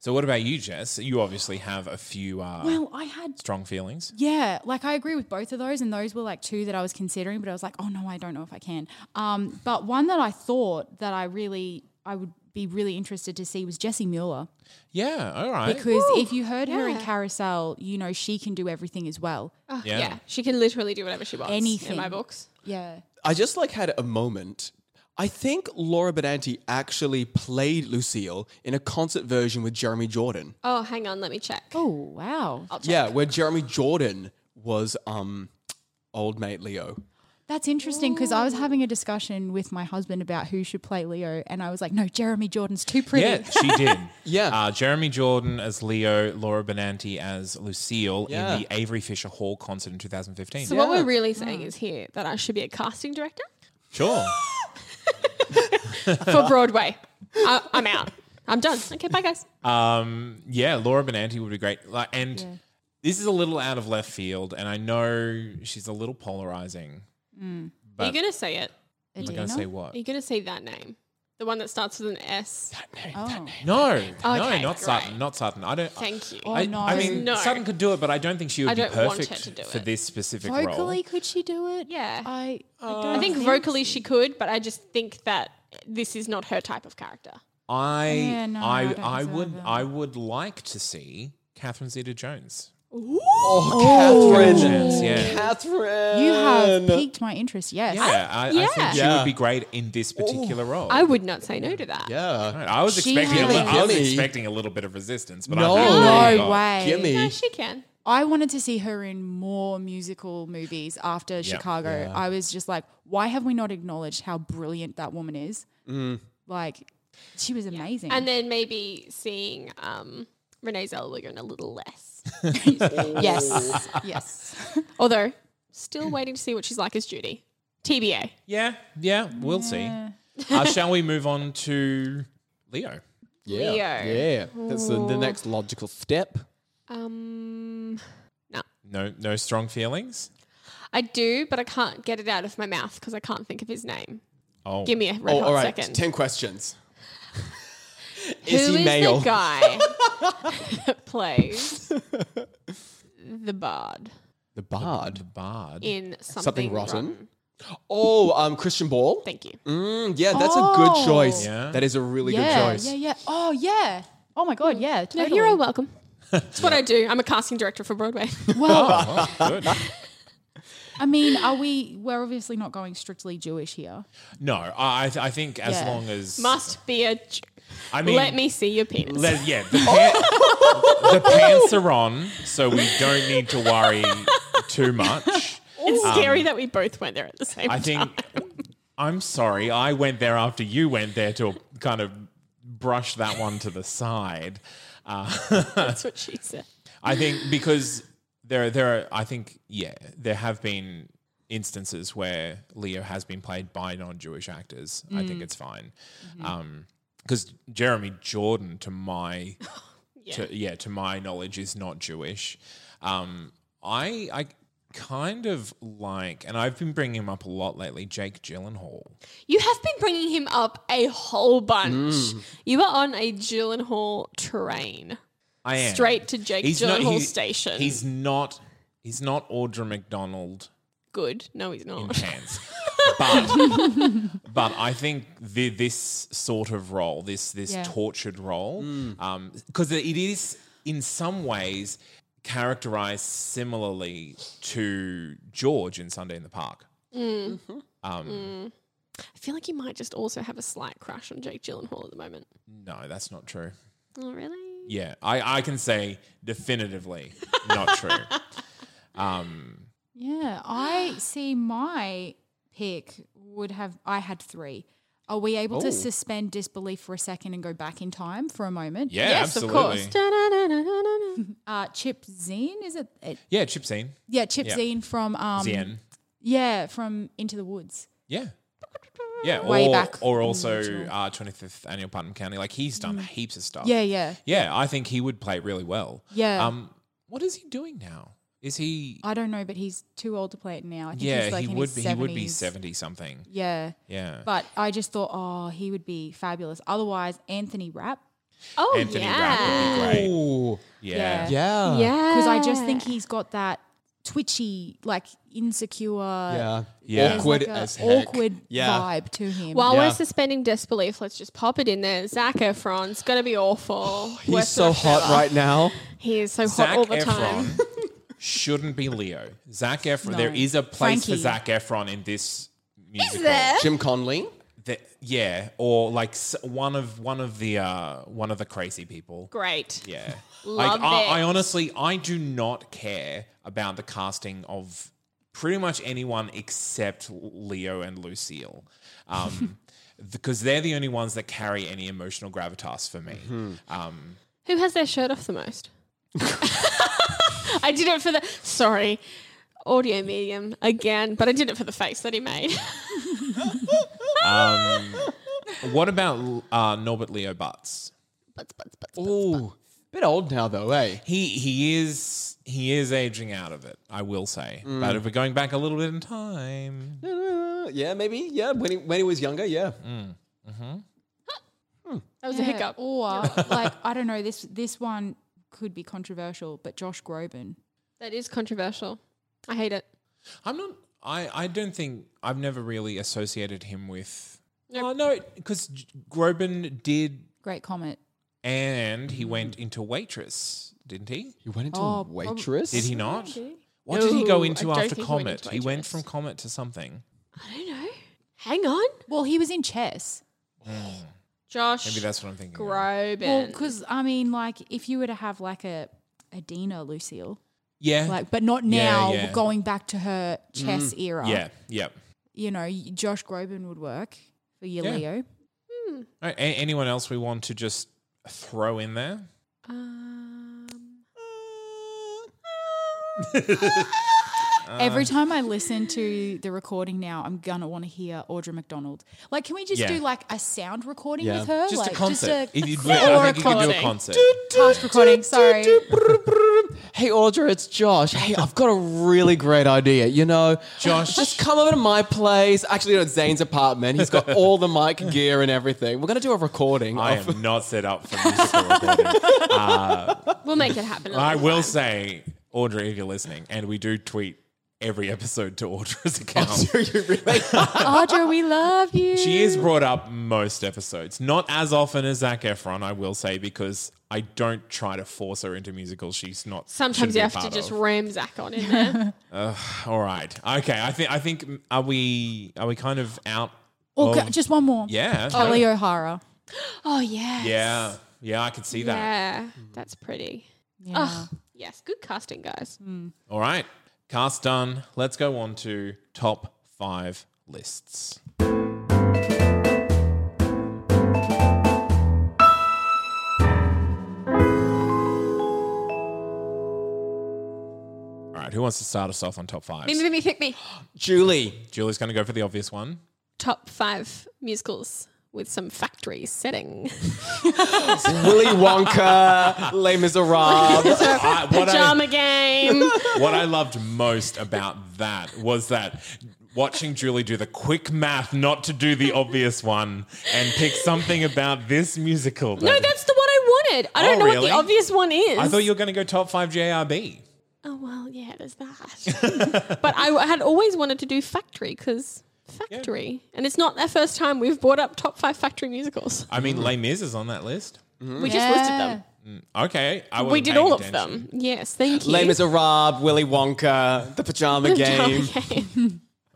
Speaker 1: So what about you, Jess? You obviously have a few
Speaker 2: Oh.
Speaker 1: uh,
Speaker 4: Well, I had.
Speaker 1: strong feelings.
Speaker 4: Yeah, like I agree with both of those, and those were like two that I was considering, but I was like, oh no, I don't know if I can. Um, but one that I thought that I really, I would be really interested to see was Jessie Mueller.
Speaker 1: Yeah. All right.
Speaker 4: Because if you heard her in Carousel, you know she can do everything as well.
Speaker 2: Oh,
Speaker 1: Yeah.
Speaker 2: yeah. She can literally do whatever she wants.
Speaker 4: Anything.
Speaker 2: In my books.
Speaker 4: Yeah.
Speaker 3: I just like had a moment. I think Laura Benanti actually played Lucille in a concert version with Jeremy Jordan.
Speaker 2: Oh, hang on, let me check.
Speaker 4: Oh wow,
Speaker 3: Yeah, where Jeremy Jordan was um old mate Leo.
Speaker 4: that's interesting. Because I was having a discussion with my husband about who should play Leo, and I was like, no, Jeremy Jordan's too pretty.
Speaker 1: Yeah, she did.
Speaker 3: Yeah.
Speaker 1: Uh, Jeremy Jordan as Leo, Laura Benanti as Lucille
Speaker 3: Yeah.
Speaker 1: in the Avery Fisher Hall concert in 2015.
Speaker 2: So what we're really
Speaker 4: Ah.
Speaker 2: saying is here that I should be a casting director
Speaker 1: Sure.
Speaker 2: for Broadway. I, I'm out. I'm done. Okay, bye guys.
Speaker 1: yeah, Laura Benanti would be great. Like, and this is a little out of left field, and I know she's a little polarizing.
Speaker 2: Are
Speaker 4: Mm.
Speaker 2: you
Speaker 1: But-
Speaker 2: gonna say it?
Speaker 1: I'm not going to say what.
Speaker 2: Are you gonna say that name? The one that starts with an S.
Speaker 4: Oh.
Speaker 1: No, no,
Speaker 2: Okay,
Speaker 1: not
Speaker 2: great.
Speaker 1: Sutton. Not Sutton. I don't.
Speaker 2: Thank you.
Speaker 1: I,
Speaker 4: Oh, no.
Speaker 1: I mean,
Speaker 2: No.
Speaker 1: Sutton could do it, but I don't think she would
Speaker 2: I
Speaker 1: be
Speaker 2: don't want her
Speaker 1: perfect
Speaker 2: to do
Speaker 1: for
Speaker 2: it.
Speaker 1: this specific role.
Speaker 4: Vocally, could she do it?
Speaker 2: Yeah. Uh,
Speaker 4: I.
Speaker 2: I
Speaker 4: Oh,
Speaker 2: think vocally she could, but I just think that this is not her type of character.
Speaker 1: I
Speaker 4: Yeah, no, I
Speaker 1: I
Speaker 4: don't
Speaker 1: I,
Speaker 4: think so
Speaker 1: would
Speaker 4: either.
Speaker 1: I would like to see Catherine Zeta Jones.
Speaker 3: Oh,
Speaker 1: Catherine
Speaker 3: Catherine.
Speaker 1: Jones, yeah.
Speaker 3: Catherine.
Speaker 4: You have piqued my interest. Yes.
Speaker 1: Yeah, I, I think
Speaker 2: yeah.
Speaker 1: she
Speaker 3: Yeah.
Speaker 1: would be great in this particular role.
Speaker 2: I would not say no to that.
Speaker 3: Yeah.
Speaker 1: I was
Speaker 4: She
Speaker 1: expecting a
Speaker 4: has-
Speaker 1: li- I was
Speaker 3: Gimme.
Speaker 1: expecting a little bit of resistance, but
Speaker 3: No.
Speaker 1: I think-
Speaker 3: No
Speaker 1: Oh God.
Speaker 4: No way.
Speaker 3: Gimme.
Speaker 2: No, she can.
Speaker 4: I wanted to see her in more musical movies after Chicago. I was just like, why have we not acknowledged how brilliant that woman is?
Speaker 1: Mm.
Speaker 4: Like, she was amazing.
Speaker 2: And then maybe seeing um, Renee Zellweger in a little less.
Speaker 4: yes, yes.
Speaker 2: Although, still waiting to see what she's like as Judy. TBA.
Speaker 1: Yeah, yeah, we'll see. Uh, shall we move on to Leo?
Speaker 3: Yeah.
Speaker 2: Leo.
Speaker 3: Yeah. That's the, the next logical step.
Speaker 2: Um, no.
Speaker 1: No, no strong feelings.
Speaker 2: I do, but I can't get it out of my mouth because I can't think of his name.
Speaker 1: Oh,
Speaker 2: Give me a red
Speaker 3: Oh,
Speaker 2: hot
Speaker 3: all right.
Speaker 2: second.
Speaker 3: Ten questions.
Speaker 2: Who
Speaker 3: is he male?
Speaker 2: the guy that plays the bard
Speaker 3: The Bard.
Speaker 1: Bard.
Speaker 2: in Something,
Speaker 3: Rotten?
Speaker 2: rotten?
Speaker 3: Oh, um, Christian Ball.
Speaker 2: Thank Oh. you.
Speaker 3: Mm, yeah, that's a good choice.
Speaker 1: Yeah.
Speaker 3: That is a really
Speaker 4: yeah,
Speaker 3: good choice.
Speaker 4: yeah, yeah. Oh, yeah. Oh my God, yeah.
Speaker 2: No,
Speaker 4: Totally.
Speaker 2: you're all welcome. It's what I do. I'm a casting director for Broadway.
Speaker 4: Well,
Speaker 1: Oh, good.
Speaker 4: I mean, are we? We're obviously not going strictly Jewish here.
Speaker 1: No, I I th- I think as
Speaker 4: Yeah.
Speaker 1: long as
Speaker 2: Must be a. J-
Speaker 1: I mean,
Speaker 2: Let me see your penis.
Speaker 1: let- yeah, the, pan- the pants are on, so we don't need to worry too much.
Speaker 2: it's scary that we both went there at the
Speaker 1: Um,
Speaker 2: same
Speaker 1: I
Speaker 2: time.
Speaker 1: think I'm sorry. I went there after you went there to kind of brush that one to the side. Uh,
Speaker 2: That's what she said.
Speaker 1: I think because there there are I think yeah there have been instances where Leo has been played by non-Jewish actors. I
Speaker 2: Mm.
Speaker 1: think it's fine.
Speaker 2: Mm-hmm.
Speaker 1: Um 'cause because Jeremy Jordan, to my yeah. to yeah to my knowledge, is not Jewish. Um, I I kind of like, and I've been bringing him up a lot lately. Jake Gyllenhaal.
Speaker 2: You have been bringing him up a whole bunch.
Speaker 1: Mm.
Speaker 2: You are on a Gyllenhaal train.
Speaker 1: I am
Speaker 2: Straight to Jake
Speaker 1: not-
Speaker 2: Gyllenhaal station.
Speaker 1: He's not. He's not Audra McDonald
Speaker 2: Good. No, he's not.
Speaker 1: in pants. but but I think the, this sort of role, this this
Speaker 4: Yeah.
Speaker 1: tortured role, because it is in some ways characterized similarly to George in Sunday in the Park.
Speaker 2: I feel like you might just also have a slight crush on Jake Gyllenhaal at the moment.
Speaker 1: No, that's not true.
Speaker 2: Oh, really?
Speaker 1: Yeah, I, I can say definitively not true. Um,
Speaker 4: Yeah, I see. My pick would have. I had three. Are we able
Speaker 1: Oh.
Speaker 4: to suspend disbelief for a second and go back in time for a moment?
Speaker 1: yeah,
Speaker 2: Yes, of
Speaker 1: absolutely.
Speaker 2: course. Da-da-da-da-da-da.
Speaker 4: Uh, Chip Zine is it? it
Speaker 1: Yeah, Chip Zine.
Speaker 4: yeah, Chip
Speaker 1: Yeah.
Speaker 4: Zine from um,
Speaker 1: Zien.
Speaker 4: Yeah, from Into the Woods.
Speaker 1: Yeah. Yeah,
Speaker 4: Way
Speaker 1: or,
Speaker 4: back
Speaker 1: or
Speaker 4: in the
Speaker 1: also
Speaker 4: original. Mm.
Speaker 1: uh, 25th Annual Putnam County. Like, he's done heaps of stuff.
Speaker 4: Yeah, yeah.
Speaker 1: Yeah, I think he would play really well.
Speaker 4: Yeah.
Speaker 1: Um, what is he doing now? Is he?
Speaker 4: I don't know, but he's too old to play it now. I think
Speaker 1: yeah,
Speaker 4: he's like
Speaker 1: he
Speaker 4: in
Speaker 1: would.
Speaker 4: his
Speaker 1: Be,
Speaker 4: 70s.
Speaker 1: he would be seventy something.
Speaker 4: Yeah.
Speaker 1: Yeah.
Speaker 4: But I just thought, oh, he would be fabulous. Otherwise, Anthony Rapp,
Speaker 2: Oh,
Speaker 1: Anthony
Speaker 2: yeah.
Speaker 1: Rapp would be great.
Speaker 3: Ooh.
Speaker 1: Yeah.
Speaker 3: Yeah.
Speaker 2: Yeah.
Speaker 4: because I just
Speaker 2: Ah.
Speaker 4: think he's got that twitchy, like insecure,
Speaker 3: Yeah.
Speaker 1: Yeah.
Speaker 3: Awkward
Speaker 4: like a
Speaker 3: as heck.
Speaker 4: awkward
Speaker 3: Yeah.
Speaker 4: vibe to him.
Speaker 2: While
Speaker 3: Yeah.
Speaker 2: we're suspending disbelief, let's just pop it in there. Zach Efron's gonna be awful.
Speaker 1: Oh,
Speaker 3: He's so hot right now.
Speaker 2: He is so
Speaker 1: Zach
Speaker 2: hot all the time.
Speaker 1: Efron shouldn't be Leo. Zach Efron. There is a place for
Speaker 4: Frankie.
Speaker 1: Zach Efron in this musical.
Speaker 3: Jim Conley.
Speaker 1: That- yeah, or like s- one of one of the uh, one of the crazy people.
Speaker 2: Great.
Speaker 1: Yeah. like
Speaker 2: Love
Speaker 1: I, I
Speaker 2: it.
Speaker 1: honestly I do not care about the casting of pretty much anyone except Leo and Lucille. Um because they're the only ones that carry any emotional gravitas for me.
Speaker 3: Hmm.
Speaker 1: Um
Speaker 2: Who has their shirt off the most? I did it for the sorry, audio medium again, but I did it for the face that he made.
Speaker 1: what about uh Norbert Leo Butts?
Speaker 2: Butts, butts, butts.
Speaker 3: Ooh. Bit old now though, eh?
Speaker 1: He he is he is aging out of it, I will say.
Speaker 3: Hmm.
Speaker 1: But if we're going back a little bit in time,
Speaker 3: Uh, yeah, maybe. Yeah, when he, when he was younger, yeah.
Speaker 2: That was
Speaker 4: Yeah, ah.
Speaker 2: a hiccup.
Speaker 4: Or like, I don't know, this this one could be controversial, but Josh Groban.
Speaker 2: That is controversial. I hate it.
Speaker 1: I'm not. I, I don't think I've never really associated him with.
Speaker 2: Nope.
Speaker 1: Oh no, because Groban did,
Speaker 4: Great comment.
Speaker 1: and
Speaker 2: Mm.
Speaker 1: he went into waitress, didn't he?
Speaker 3: He went into
Speaker 4: Oh,
Speaker 3: a
Speaker 4: prob-
Speaker 3: waitress.
Speaker 1: Did he not? What did he
Speaker 2: No,
Speaker 1: go
Speaker 2: I
Speaker 1: into
Speaker 2: don't
Speaker 1: after
Speaker 2: think he went
Speaker 1: Comet?
Speaker 2: into
Speaker 1: He went
Speaker 2: waitress.
Speaker 1: from Comet to something.
Speaker 2: I don't know. Hang on,
Speaker 4: Well, he was in chess.
Speaker 2: Josh.
Speaker 1: Maybe that's what I'm thinking. of.
Speaker 2: Groban.
Speaker 4: Well, because I mean, like, if you were to have like a Adina Lucille,
Speaker 1: Yeah.
Speaker 4: like, but not
Speaker 1: Yeah,
Speaker 4: now,
Speaker 1: yeah.
Speaker 4: going back to her chess
Speaker 3: Mm.
Speaker 4: era.
Speaker 1: yeah. Yeah.
Speaker 4: you know, y- Josh Groban would work for your
Speaker 1: Yeah.
Speaker 4: Leo.
Speaker 1: All right, a- anyone else we want to just throw in there?
Speaker 2: um,
Speaker 4: Every time I listen to the recording now, I'm gonna want to hear Audra McDonald. Like, can we just
Speaker 1: Yeah.
Speaker 4: do like a sound recording
Speaker 3: Yeah.
Speaker 4: with her?
Speaker 1: Just
Speaker 4: like,
Speaker 1: a concert. If you'd-
Speaker 4: or
Speaker 1: I
Speaker 4: a
Speaker 1: think you could do a
Speaker 2: recording.
Speaker 1: concert.
Speaker 4: cast recording. Sorry.
Speaker 3: Hey Audra, it's Josh. Hey, I've got a really great idea. You know, Josh, just come over to my place. Actually, no, it's Zane's apartment. He's got all the mic gear and everything. We're gonna do a recording.
Speaker 1: I
Speaker 3: of-
Speaker 1: am not set up for musical recording.
Speaker 2: we'll make it happen.
Speaker 1: I
Speaker 2: another
Speaker 1: will
Speaker 2: time.
Speaker 1: say, Audrey, if you're listening, and we do tweet every episode to Audra's account.
Speaker 3: Do you really?
Speaker 4: Audra, we love you.
Speaker 1: she is brought up most episodes, not as often as Zach Efron, I will say, because I don't try to force her into musicals. She's not. shouldn't
Speaker 2: Sometimes
Speaker 1: be
Speaker 2: you
Speaker 1: a
Speaker 2: have to
Speaker 1: part
Speaker 2: just
Speaker 1: of.
Speaker 2: ram Zach on in there.
Speaker 1: All right. Okay. I think. I think. Are we? Are we kind of out?
Speaker 4: Oh,
Speaker 1: of-
Speaker 4: g- just one more.
Speaker 1: yeah. no.
Speaker 4: Ollie O'Hara.
Speaker 2: oh yeah.
Speaker 1: Yeah. Yeah. I could see that.
Speaker 2: Yeah, that's pretty. Oh, yes, good casting, guys.
Speaker 1: All right. Cast done. Let's go on to top five lists. All right. Who wants to start us off on top five?
Speaker 2: Me, me, me, pick me.
Speaker 3: Julie.
Speaker 1: Julie's going to go for the obvious one.
Speaker 2: Top five musicals with some factory setting.
Speaker 3: Willy Wonka, Les Miserables.
Speaker 1: I- what, I,
Speaker 2: Pajama game.
Speaker 1: what I loved most about that was that watching Julie do the quick math not to do the obvious one and pick something about this musical.
Speaker 2: No,
Speaker 1: that-
Speaker 2: that's the one I wanted. I don't
Speaker 1: Oh,
Speaker 2: know what
Speaker 1: really?
Speaker 2: the obvious one is.
Speaker 1: I thought you were going to go top five JRB.
Speaker 2: oh well, yeah, there's that. but I had always wanted to do factory because Factory. And it's not the first time we've brought up top five factory musicals.
Speaker 1: I mean, Les Mis is on that list.
Speaker 2: We just listed them.
Speaker 1: Okay, I
Speaker 2: we
Speaker 1: wasn't
Speaker 2: did
Speaker 1: paying
Speaker 2: all of
Speaker 1: attention.
Speaker 2: them. Yes, thank you.
Speaker 3: Les Miserables, Willy Wonka, The Pajama Game,
Speaker 2: Okay.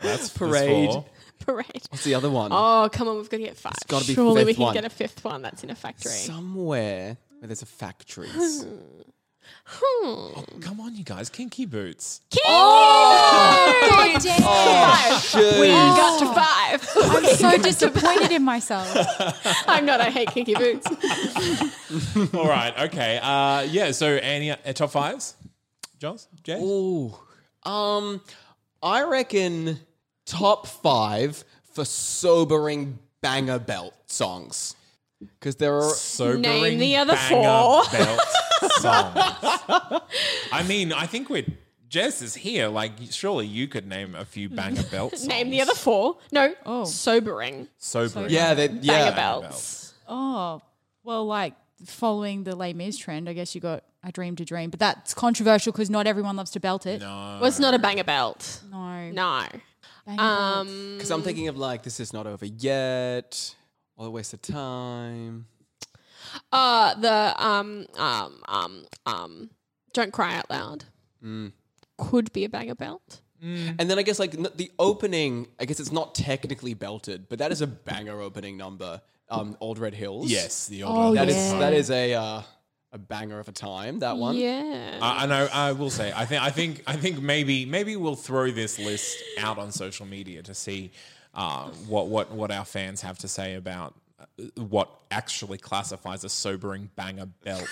Speaker 1: That's that's
Speaker 3: Parade.
Speaker 1: four.
Speaker 2: Parade.
Speaker 3: What's the other one?
Speaker 2: Oh, come on, we've got to get five.
Speaker 3: gotta be
Speaker 2: Surely we
Speaker 3: fifth
Speaker 2: can
Speaker 3: one.
Speaker 2: get a fifth one that's in a factory.
Speaker 3: Somewhere where there's a factories.
Speaker 2: Hmm.
Speaker 1: Come on, you guys, Kinky Boots.
Speaker 4: God damn.
Speaker 2: We Oh!
Speaker 3: Oh,
Speaker 2: got to five.
Speaker 4: I'm so disappointed in myself.
Speaker 2: I'm not. I hate kinky boots.
Speaker 1: all right, okay. Uh, yeah, so any uh, top fives? Joss? James?
Speaker 3: Ooh. Um, I reckon top five for sobering banger belt songs. Because there are.
Speaker 1: sobering
Speaker 2: Name the other
Speaker 1: banger
Speaker 2: four.
Speaker 1: belt songs. I mean, I think we're Jess is here. Like, surely you could name a few banger belt songs.
Speaker 2: Name the other four. No,
Speaker 4: Oh.
Speaker 2: sobering.
Speaker 1: sobering.
Speaker 3: Yeah, they, yeah.
Speaker 2: Banger belts.
Speaker 4: Oh, well, like following the Les Mis trend, I guess you got I Dreamed a Dream, but that's controversial because not everyone loves to belt it. No.
Speaker 2: Was not a banger belt.
Speaker 4: No.
Speaker 2: No. Um,
Speaker 3: Because I'm thinking of like, this is not over yet. All a waste of time.
Speaker 2: uh, the um, um, um, um, don't cry out loud.
Speaker 3: Mm.
Speaker 2: Could be a banger belt.
Speaker 3: And then I guess like n- the opening, I guess it's not technically belted, but that is a banger opening number. Um, Old Red Hills.
Speaker 1: Yes, the old
Speaker 4: Oh,
Speaker 1: one.
Speaker 3: that is
Speaker 4: Yeah.
Speaker 3: that is a uh, a banger of a time. That one.
Speaker 2: Yeah.
Speaker 1: I I know. I will say. I think. I think. I think maybe. Maybe we'll throw this list out on social media to see uh, what what what our fans have to say about uh, what actually classifies a sobering banger belt.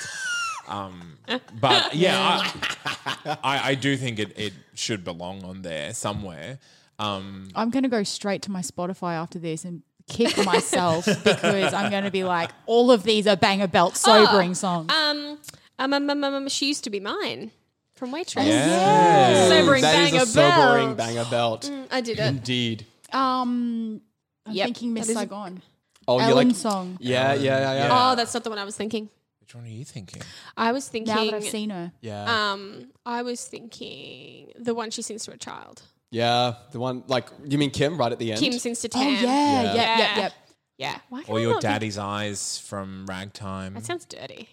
Speaker 1: Um, but yeah, I, I, I do think it, it should belong on there somewhere. Um,
Speaker 4: I'm going to go straight to my Spotify after this and kick myself because I'm going to be like, all of these are banger belt sobering songs.
Speaker 2: Ah, um, um, um, um, um, um, she used to be mine from Waitress.
Speaker 1: yeah.
Speaker 2: Sobering
Speaker 3: That is
Speaker 2: banger
Speaker 3: a sobering
Speaker 2: belt.
Speaker 3: banger belt. Mm.
Speaker 2: Mm, I did it.
Speaker 3: Indeed.
Speaker 4: Um, I'm
Speaker 2: Yep,
Speaker 4: thinking Miss
Speaker 2: that is a-
Speaker 4: Saigon.
Speaker 3: Oh, you
Speaker 4: Ellen
Speaker 3: like
Speaker 4: song.
Speaker 3: Yeah, yeah, yeah, yeah.
Speaker 2: Oh, that's not the one I was thinking.
Speaker 1: Which one are you thinking?
Speaker 2: I was thinking.
Speaker 4: Now that I've seen her.
Speaker 3: Yeah.
Speaker 2: um, I was thinking the one she sings to a child.
Speaker 3: yeah. The one like you mean Kim right at the end?
Speaker 2: Kim sings to
Speaker 4: Oh,
Speaker 2: Tam.
Speaker 4: yeah. Yeah. Yep,
Speaker 2: Yeah.
Speaker 4: yep, yep.
Speaker 2: Yeah. Why can
Speaker 1: Or
Speaker 2: I
Speaker 1: your
Speaker 2: not think-
Speaker 1: daddy's eyes from Ragtime?
Speaker 2: That sounds dirty.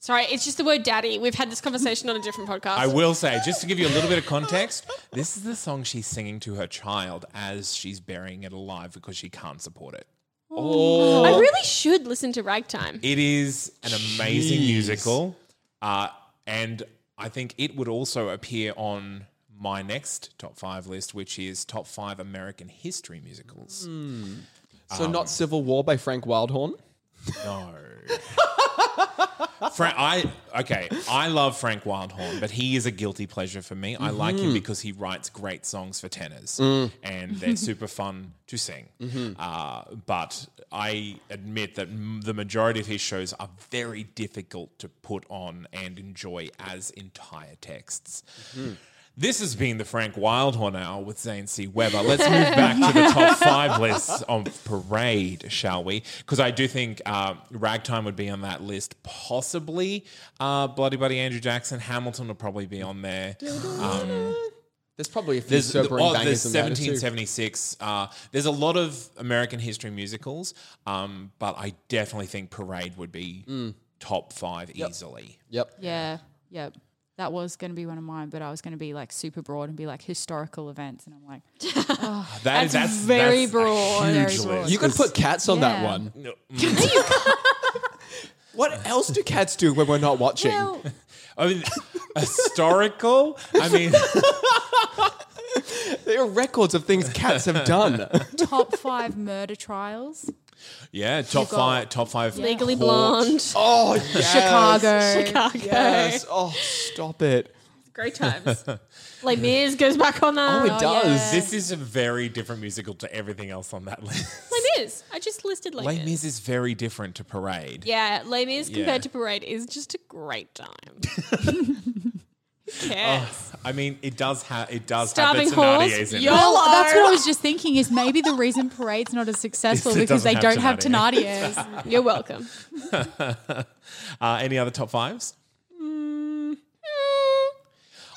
Speaker 2: Sorry, it's just the word daddy. We've had this conversation on a different podcast.
Speaker 1: I will say, just to give you a little bit of context, this is the song she's singing to her child as she's burying it alive because she can't support it.
Speaker 3: Oh,
Speaker 2: I really should listen to Ragtime.
Speaker 1: It is an amazing
Speaker 3: Jeez.
Speaker 1: musical. Uh, and I think it would also appear on my next top five list, which is top five American history musicals.
Speaker 3: so
Speaker 1: Um,
Speaker 3: not Civil War by Frank Wildhorn.
Speaker 1: No. Frank, I okay. I love Frank Wildhorn, but he is a guilty pleasure for me. I like him because he writes great songs for tenors, and they're super fun to sing. Uh, but I admit that m- the majority of his shows are very difficult to put on and enjoy as entire texts. This has been the Frank Wildhorn Hour with Zane C. Weber. Let's move back to the top five lists of Parade, shall we? Because I do think uh, Ragtime would be on that list, possibly. Uh, Bloody Buddy Andrew Jackson, Hamilton will probably be on there. Um,
Speaker 3: There's probably a few
Speaker 1: there's, oh,
Speaker 3: sobering
Speaker 1: there's
Speaker 3: bangers in there too.
Speaker 1: 1776. Uh, there's a lot of American history musicals, um, but I definitely think Parade would be
Speaker 4: Mm.
Speaker 1: top five easily.
Speaker 3: Yep.
Speaker 4: Yeah. Yep. That was going to be one of mine, but I was going to be like super broad and be like historical events. And I'm like,
Speaker 1: That-
Speaker 4: That's very
Speaker 1: a
Speaker 4: broad, very
Speaker 1: huge
Speaker 4: broad.
Speaker 1: list.
Speaker 3: You could put cats on that
Speaker 4: Yeah.
Speaker 3: one. What else do cats do when we're not watching?
Speaker 4: well,
Speaker 1: I mean, historical. I mean,
Speaker 3: there are records of things cats have done.
Speaker 4: top five murder trials.
Speaker 1: yeah, top
Speaker 4: got-
Speaker 1: five, top five.
Speaker 2: Legally
Speaker 1: court-
Speaker 2: Blonde.
Speaker 3: oh, yes.
Speaker 4: Chicago.
Speaker 2: Chicago.
Speaker 3: Yes. Oh, stop it.
Speaker 2: Great times. Les Mis goes back on uh, that.
Speaker 3: Oh, it does.
Speaker 1: This is a very different musical to everything else on that list.
Speaker 2: Les Mis. I just listed Les,
Speaker 1: Les
Speaker 2: Mis.
Speaker 1: Mis is very different to Parade.
Speaker 2: Yeah, Les Mis
Speaker 1: Yeah.
Speaker 2: compared to Parade is just a great time. yes.
Speaker 1: I mean, it does have it does have
Speaker 2: Starving
Speaker 1: its
Speaker 2: Horse.
Speaker 1: Tenardiers in
Speaker 2: Yo-
Speaker 1: it.
Speaker 4: Well, that's what I was just thinking is maybe the reason Parade's not as successful
Speaker 1: Is it
Speaker 4: because they
Speaker 1: doesn't
Speaker 4: don't
Speaker 1: have Oh.
Speaker 4: have Tenardiers.
Speaker 2: You're welcome. Mm,
Speaker 1: Uh, any other top fives?
Speaker 2: eh.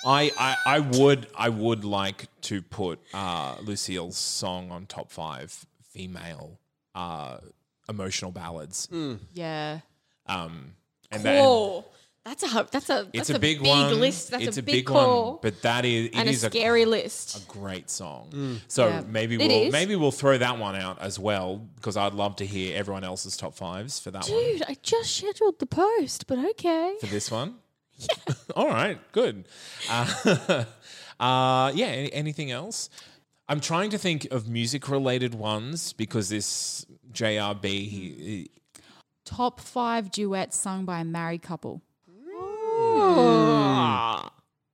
Speaker 1: I, I, I would I would like to put uh, Lucille's song on top five female uh, emotional
Speaker 2: Mm.
Speaker 1: ballads.
Speaker 5: Yeah.
Speaker 1: Um, and then
Speaker 2: Whoa. That's a ho- that's a
Speaker 1: it's
Speaker 2: that's
Speaker 1: a, big, one.
Speaker 2: list. That's
Speaker 1: it's
Speaker 2: a big, call
Speaker 1: one, but that is it
Speaker 2: and a
Speaker 1: is
Speaker 2: scary
Speaker 1: a,
Speaker 2: list.
Speaker 1: a great song. So
Speaker 5: Yeah.
Speaker 1: maybe
Speaker 2: It
Speaker 1: we'll
Speaker 2: is.
Speaker 1: maybe we'll throw that one out as well because I'd love to hear everyone else's top fives for that one.
Speaker 2: Dude, I just scheduled the post, but okay.
Speaker 1: for this one. Yeah. All right. Good. Uh, uh, yeah. any- anything else? I'm trying to think of music related ones because this JRB. He, he-
Speaker 4: Top five duets sung by a married couple.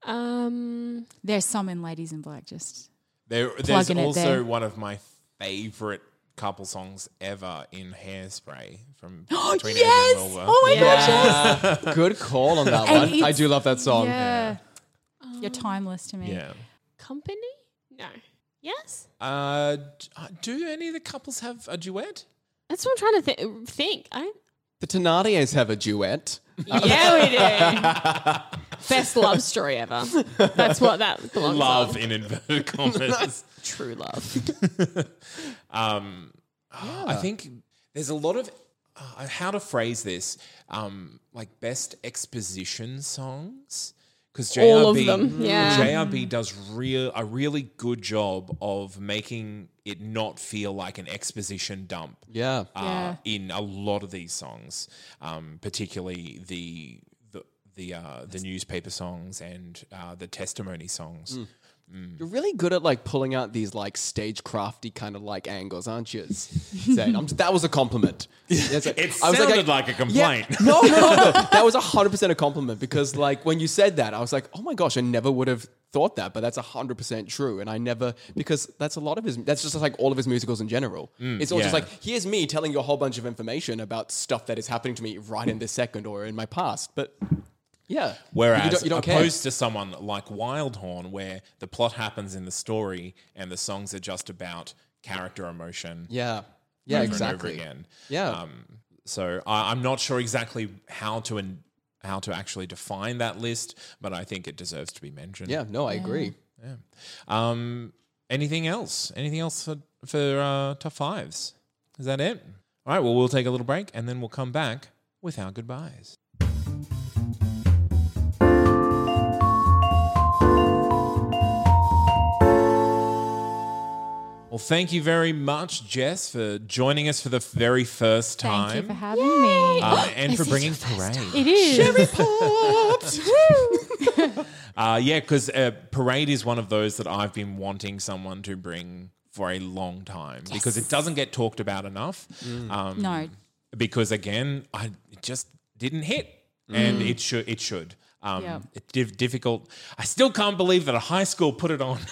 Speaker 2: Um,
Speaker 4: There's some in Ladies in Black, just
Speaker 1: there, there's
Speaker 4: Plugging it
Speaker 1: also
Speaker 4: there.
Speaker 1: one of my favorite couple songs ever in Hairspray from
Speaker 3: Oh,
Speaker 1: between yes! and Wilbur.
Speaker 4: Oh, my
Speaker 3: Good call on that
Speaker 4: And
Speaker 3: one. I
Speaker 4: it's-
Speaker 3: do love that song.
Speaker 4: Yeah.
Speaker 1: Um,
Speaker 4: You're timeless to me.
Speaker 1: yeah.
Speaker 2: company? No. Yes.
Speaker 1: Uh, d- uh, do any of the couples have a duet?
Speaker 2: That's what I'm trying to th- think. I
Speaker 3: The Tenardiers have a duet.
Speaker 2: yeah, we do. Best love story ever. That's what that belongs
Speaker 1: Love
Speaker 2: on.
Speaker 1: in inverted commas.
Speaker 2: True love.
Speaker 1: Um, I think there's a lot of uh, how to phrase this, um, like best exposition songs, because JRB,
Speaker 2: All of
Speaker 1: Mm.
Speaker 2: them, yeah.
Speaker 1: JRB does real a really good job of making it not feel like an exposition dump.
Speaker 3: Yeah.
Speaker 1: Uh, in a lot of these songs, um, particularly the the the, uh, the newspaper songs and uh, the testimony songs.
Speaker 2: Mm.
Speaker 3: You're really good at like pulling out these like stagecrafty kind of like angles, aren't you? Zane? I'm that was a compliment. It's like-
Speaker 1: It
Speaker 3: I was
Speaker 1: sounded
Speaker 3: I-
Speaker 1: like a complaint.
Speaker 3: Yeah, no, no, no, no. That was hundred percent a compliment because like when you said that, I was like, oh my gosh, I never would have thought that, but that's hundred percent true. And I never because that's a lot of his. That's just like all of his musicals in general. it's all
Speaker 1: Mm,
Speaker 3: just
Speaker 1: yeah.
Speaker 3: like here's me telling you a whole bunch of information about stuff that is happening to me right in this second or in my past, but. Yeah.
Speaker 1: Whereas,
Speaker 3: you don't, you don't care.
Speaker 1: opposed to someone like Wildhorn, where the plot happens in the story and the songs are just about character emotion
Speaker 3: yeah, yeah,
Speaker 1: over
Speaker 3: exactly.
Speaker 1: and over again. Um,
Speaker 3: Yeah.
Speaker 1: So I, I'm not sure exactly how to in, how to actually define that list, but I think it deserves to be mentioned.
Speaker 3: yeah, no, I agree.
Speaker 1: Um, anything else? Anything else for for uh, top fives? Is that it? All right. Well, we'll take a little break and then we'll come back with our goodbyes. Well, thank you very much, Jess, for joining us for the very first time.
Speaker 4: Thank you for having me.
Speaker 3: Oh,
Speaker 1: um, and for bringing Parade.
Speaker 4: It is.
Speaker 1: Uh, yeah, because uh, Parade is one of those that I've been wanting someone to bring for a long time because it doesn't get talked about enough.
Speaker 2: Mm.
Speaker 1: Um,
Speaker 4: No.
Speaker 1: Because again, I it just didn't hit,
Speaker 2: Mm.
Speaker 1: and it should. It should. Um,
Speaker 4: Yep.
Speaker 1: it's div- difficult. I still can't believe that a high school put it on.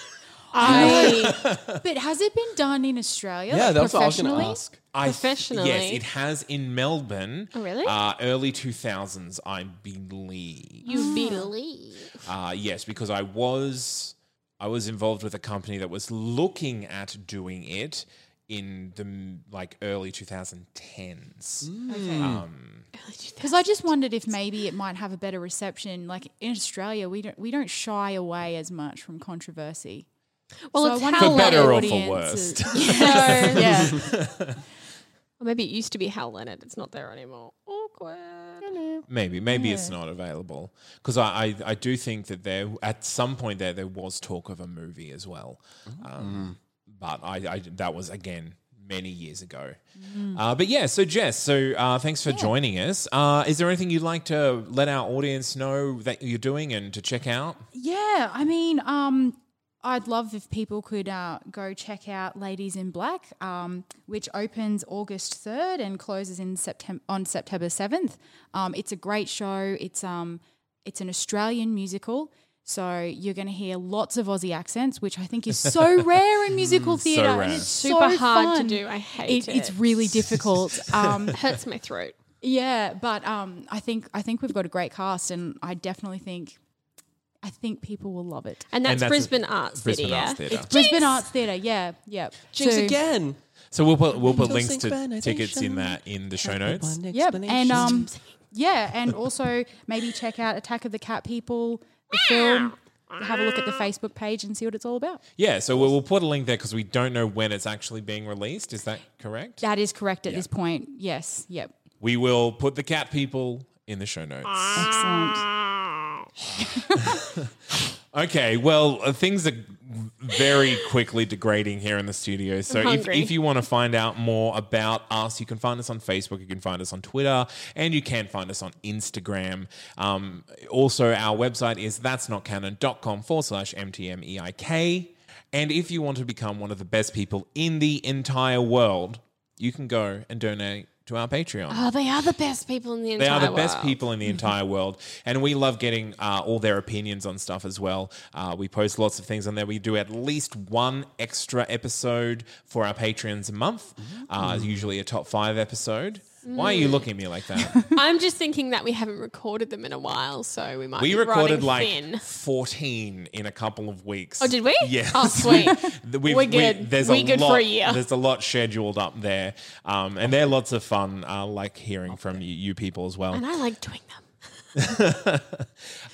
Speaker 4: I, but has it been done in Australia?
Speaker 3: Yeah,
Speaker 4: like,
Speaker 3: that's what I was going
Speaker 4: professionally?
Speaker 3: to ask.
Speaker 1: I th-
Speaker 2: Professionally.
Speaker 1: yes, it has in Melbourne.
Speaker 2: Oh, really?
Speaker 1: Uh, early two thousands, I believe.
Speaker 2: You believe.
Speaker 1: Uh, yes, because I was I was involved with a company that was looking at doing it in the m- like early 2010s.
Speaker 4: Because I just wondered if maybe it might have a better reception. Like in Australia, we don't we don't shy away as much from controversy.
Speaker 2: Well,
Speaker 4: So I
Speaker 2: it's
Speaker 4: wonder
Speaker 2: how
Speaker 4: if
Speaker 1: For better
Speaker 4: our
Speaker 1: or for
Speaker 4: audience
Speaker 1: worse.
Speaker 4: is- Yeah. yeah.
Speaker 2: Or maybe it used to be Hal Leonard. It's not there anymore. Awkward.
Speaker 1: Maybe maybe it's not available because I, I I do think that there at some point there there was talk of a movie as well, um, but I, I that was again many years ago. Uh, but yeah, so Jess, so uh, thanks for joining us. Uh, is there anything you'd like to let our audience know that you're doing and to check out?
Speaker 4: Yeah, I mean, um, I'd love if people could uh, go check out Ladies in Black, um, which opens August third and closes in September on September seventh. Um, it's a great show. It's um, it's an Australian musical. So you're going to hear lots of Aussie accents, which I think is so rare in musical theatre.
Speaker 1: rare.
Speaker 4: And it's
Speaker 2: Super
Speaker 4: so
Speaker 2: hard to
Speaker 4: fun.
Speaker 2: do. I hate it.
Speaker 4: It's really difficult. Um,
Speaker 2: Hurts my throat.
Speaker 4: yeah, but um, I think I think we've got a great cast, and I definitely think I think people will love it.
Speaker 2: And that's,
Speaker 1: that's a-
Speaker 2: Brisbane Arts
Speaker 1: Brisbane
Speaker 2: City.
Speaker 1: Arts
Speaker 2: yeah?
Speaker 1: Theatre.
Speaker 4: Brisbane Arts Theatre, yeah, yeah.
Speaker 3: Jinx
Speaker 4: So-
Speaker 3: again.
Speaker 1: So we'll put we'll put
Speaker 3: Mental
Speaker 1: links to tickets in
Speaker 3: synchronization.
Speaker 1: that in the show notes.
Speaker 4: Yep, and um, yeah, and also maybe check out Attack of the Cat People, the film. have a look at the Facebook page and see what it's all about.
Speaker 1: Yeah, so we'll, we'll put a link there because we don't know when it's actually being released. Is that correct?
Speaker 4: That is correct at this point. Yes. Yep.
Speaker 1: We will put the cat people in the show notes.
Speaker 4: Excellent.
Speaker 1: Okay, well, uh, things are very quickly degrading here in the studio. So if,
Speaker 2: hungry.
Speaker 1: if you want to find out more about us, you can find us on Facebook, you can find us on Twitter, and you can find us on Instagram. Um, also, our website is that'snotcanon.com forward slash MTMEIK. E And if you want to become one of the best people in the entire world, you can go and donate to our Patreon.
Speaker 2: Oh, they are the best people in the
Speaker 1: They
Speaker 2: entire
Speaker 1: are the best
Speaker 2: world.
Speaker 1: people in the entire world. And we love getting uh, all their opinions on stuff as well. Uh, we post lots of things on there. We do at least one extra episode for our Patreons a month,
Speaker 2: Mm-hmm.
Speaker 1: uh, usually a top five episode. Why are
Speaker 2: Mm.
Speaker 1: you looking at me like that?
Speaker 2: I'm just thinking that we haven't recorded them in a while, so we might.
Speaker 1: we
Speaker 2: be
Speaker 1: recorded
Speaker 2: running
Speaker 1: like
Speaker 2: thin.
Speaker 1: 14 in a couple of weeks.
Speaker 2: Oh, did we?
Speaker 1: Yes.
Speaker 2: Oh, sweet.
Speaker 1: Th-
Speaker 2: We're good.
Speaker 1: We, there's
Speaker 2: We're
Speaker 1: a
Speaker 2: good
Speaker 1: lot,
Speaker 2: for a year.
Speaker 1: There's a lot scheduled up there. Um, and they're lots of fun. I like hearing from you, you people as well.
Speaker 2: and I like doing them.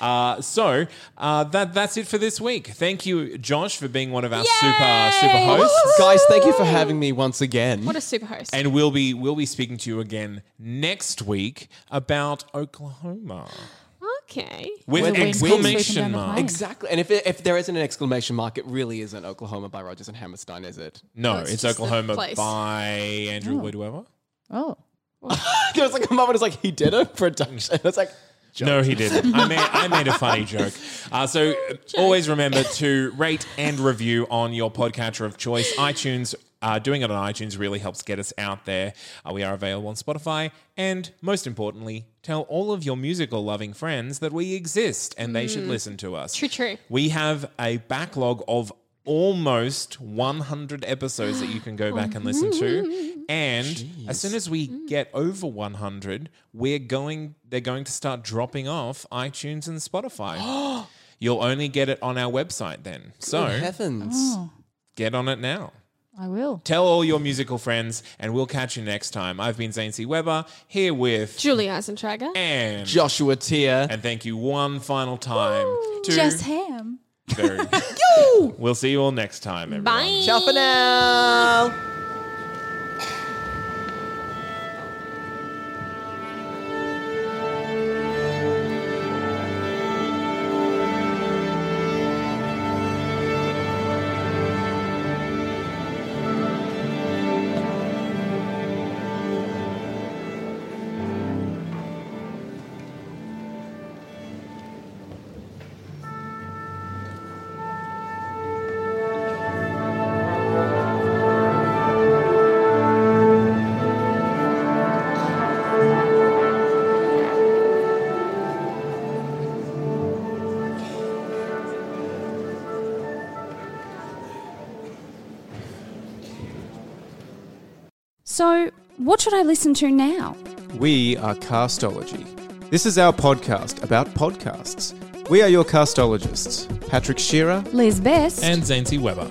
Speaker 1: Uh, so uh, that that's it for this week. Thank you, Josh, for being one of our super super hosts.
Speaker 3: Guys, thank you for having me once again.
Speaker 2: What a super host.
Speaker 1: And we'll be we'll be speaking to you again next week about Oklahoma
Speaker 2: okay.
Speaker 1: with
Speaker 4: With- Sweeping
Speaker 1: exclamation
Speaker 4: down the
Speaker 1: mark.
Speaker 4: plane.
Speaker 3: Exactly. And if, it, if there isn't an exclamation mark, it really isn't Oklahoma by Rogers and Hammerstein, is it?
Speaker 1: No,
Speaker 2: That's
Speaker 1: it's
Speaker 2: just the
Speaker 1: Oklahoma
Speaker 2: place.
Speaker 1: by Andrew Lloyd Webber.
Speaker 4: Oh.
Speaker 3: It was like a moment, it's like, he did a production. It's like,
Speaker 1: No, he didn't. I made, I made a funny joke. Uh, so uh, always remember to rate and review on your podcatcher of choice. iTunes, uh, doing it on iTunes really helps get us out there. Uh, we are available on Spotify. And most importantly, tell all of your musical loving friends that we exist and they should listen to us.
Speaker 2: Mm. True, true.
Speaker 1: We have a backlog of almost 100 episodes that you can go back and listen to. And as soon as we get over 100, we're going they're going to start dropping off iTunes and Spotify. You'll only get it on our website then. So,
Speaker 3: oh, heavens.
Speaker 1: get on it now.
Speaker 4: I will.
Speaker 1: Tell all your musical friends and we'll catch you next time. I've been Zane C. Weber here with
Speaker 2: Julie Eisentrager.
Speaker 1: and
Speaker 3: Joshua Tier.
Speaker 1: and thank you one final time to
Speaker 4: Just ham.
Speaker 1: Very- We'll see you all next time, everyone.
Speaker 2: Bye.
Speaker 3: Ciao for now.
Speaker 5: So, what should I listen to now?
Speaker 6: We are Castology. This is our podcast about podcasts. We are your castologists, Patrick Shearer.
Speaker 5: Liz Best.
Speaker 1: and Zancy Weber.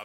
Speaker 7: A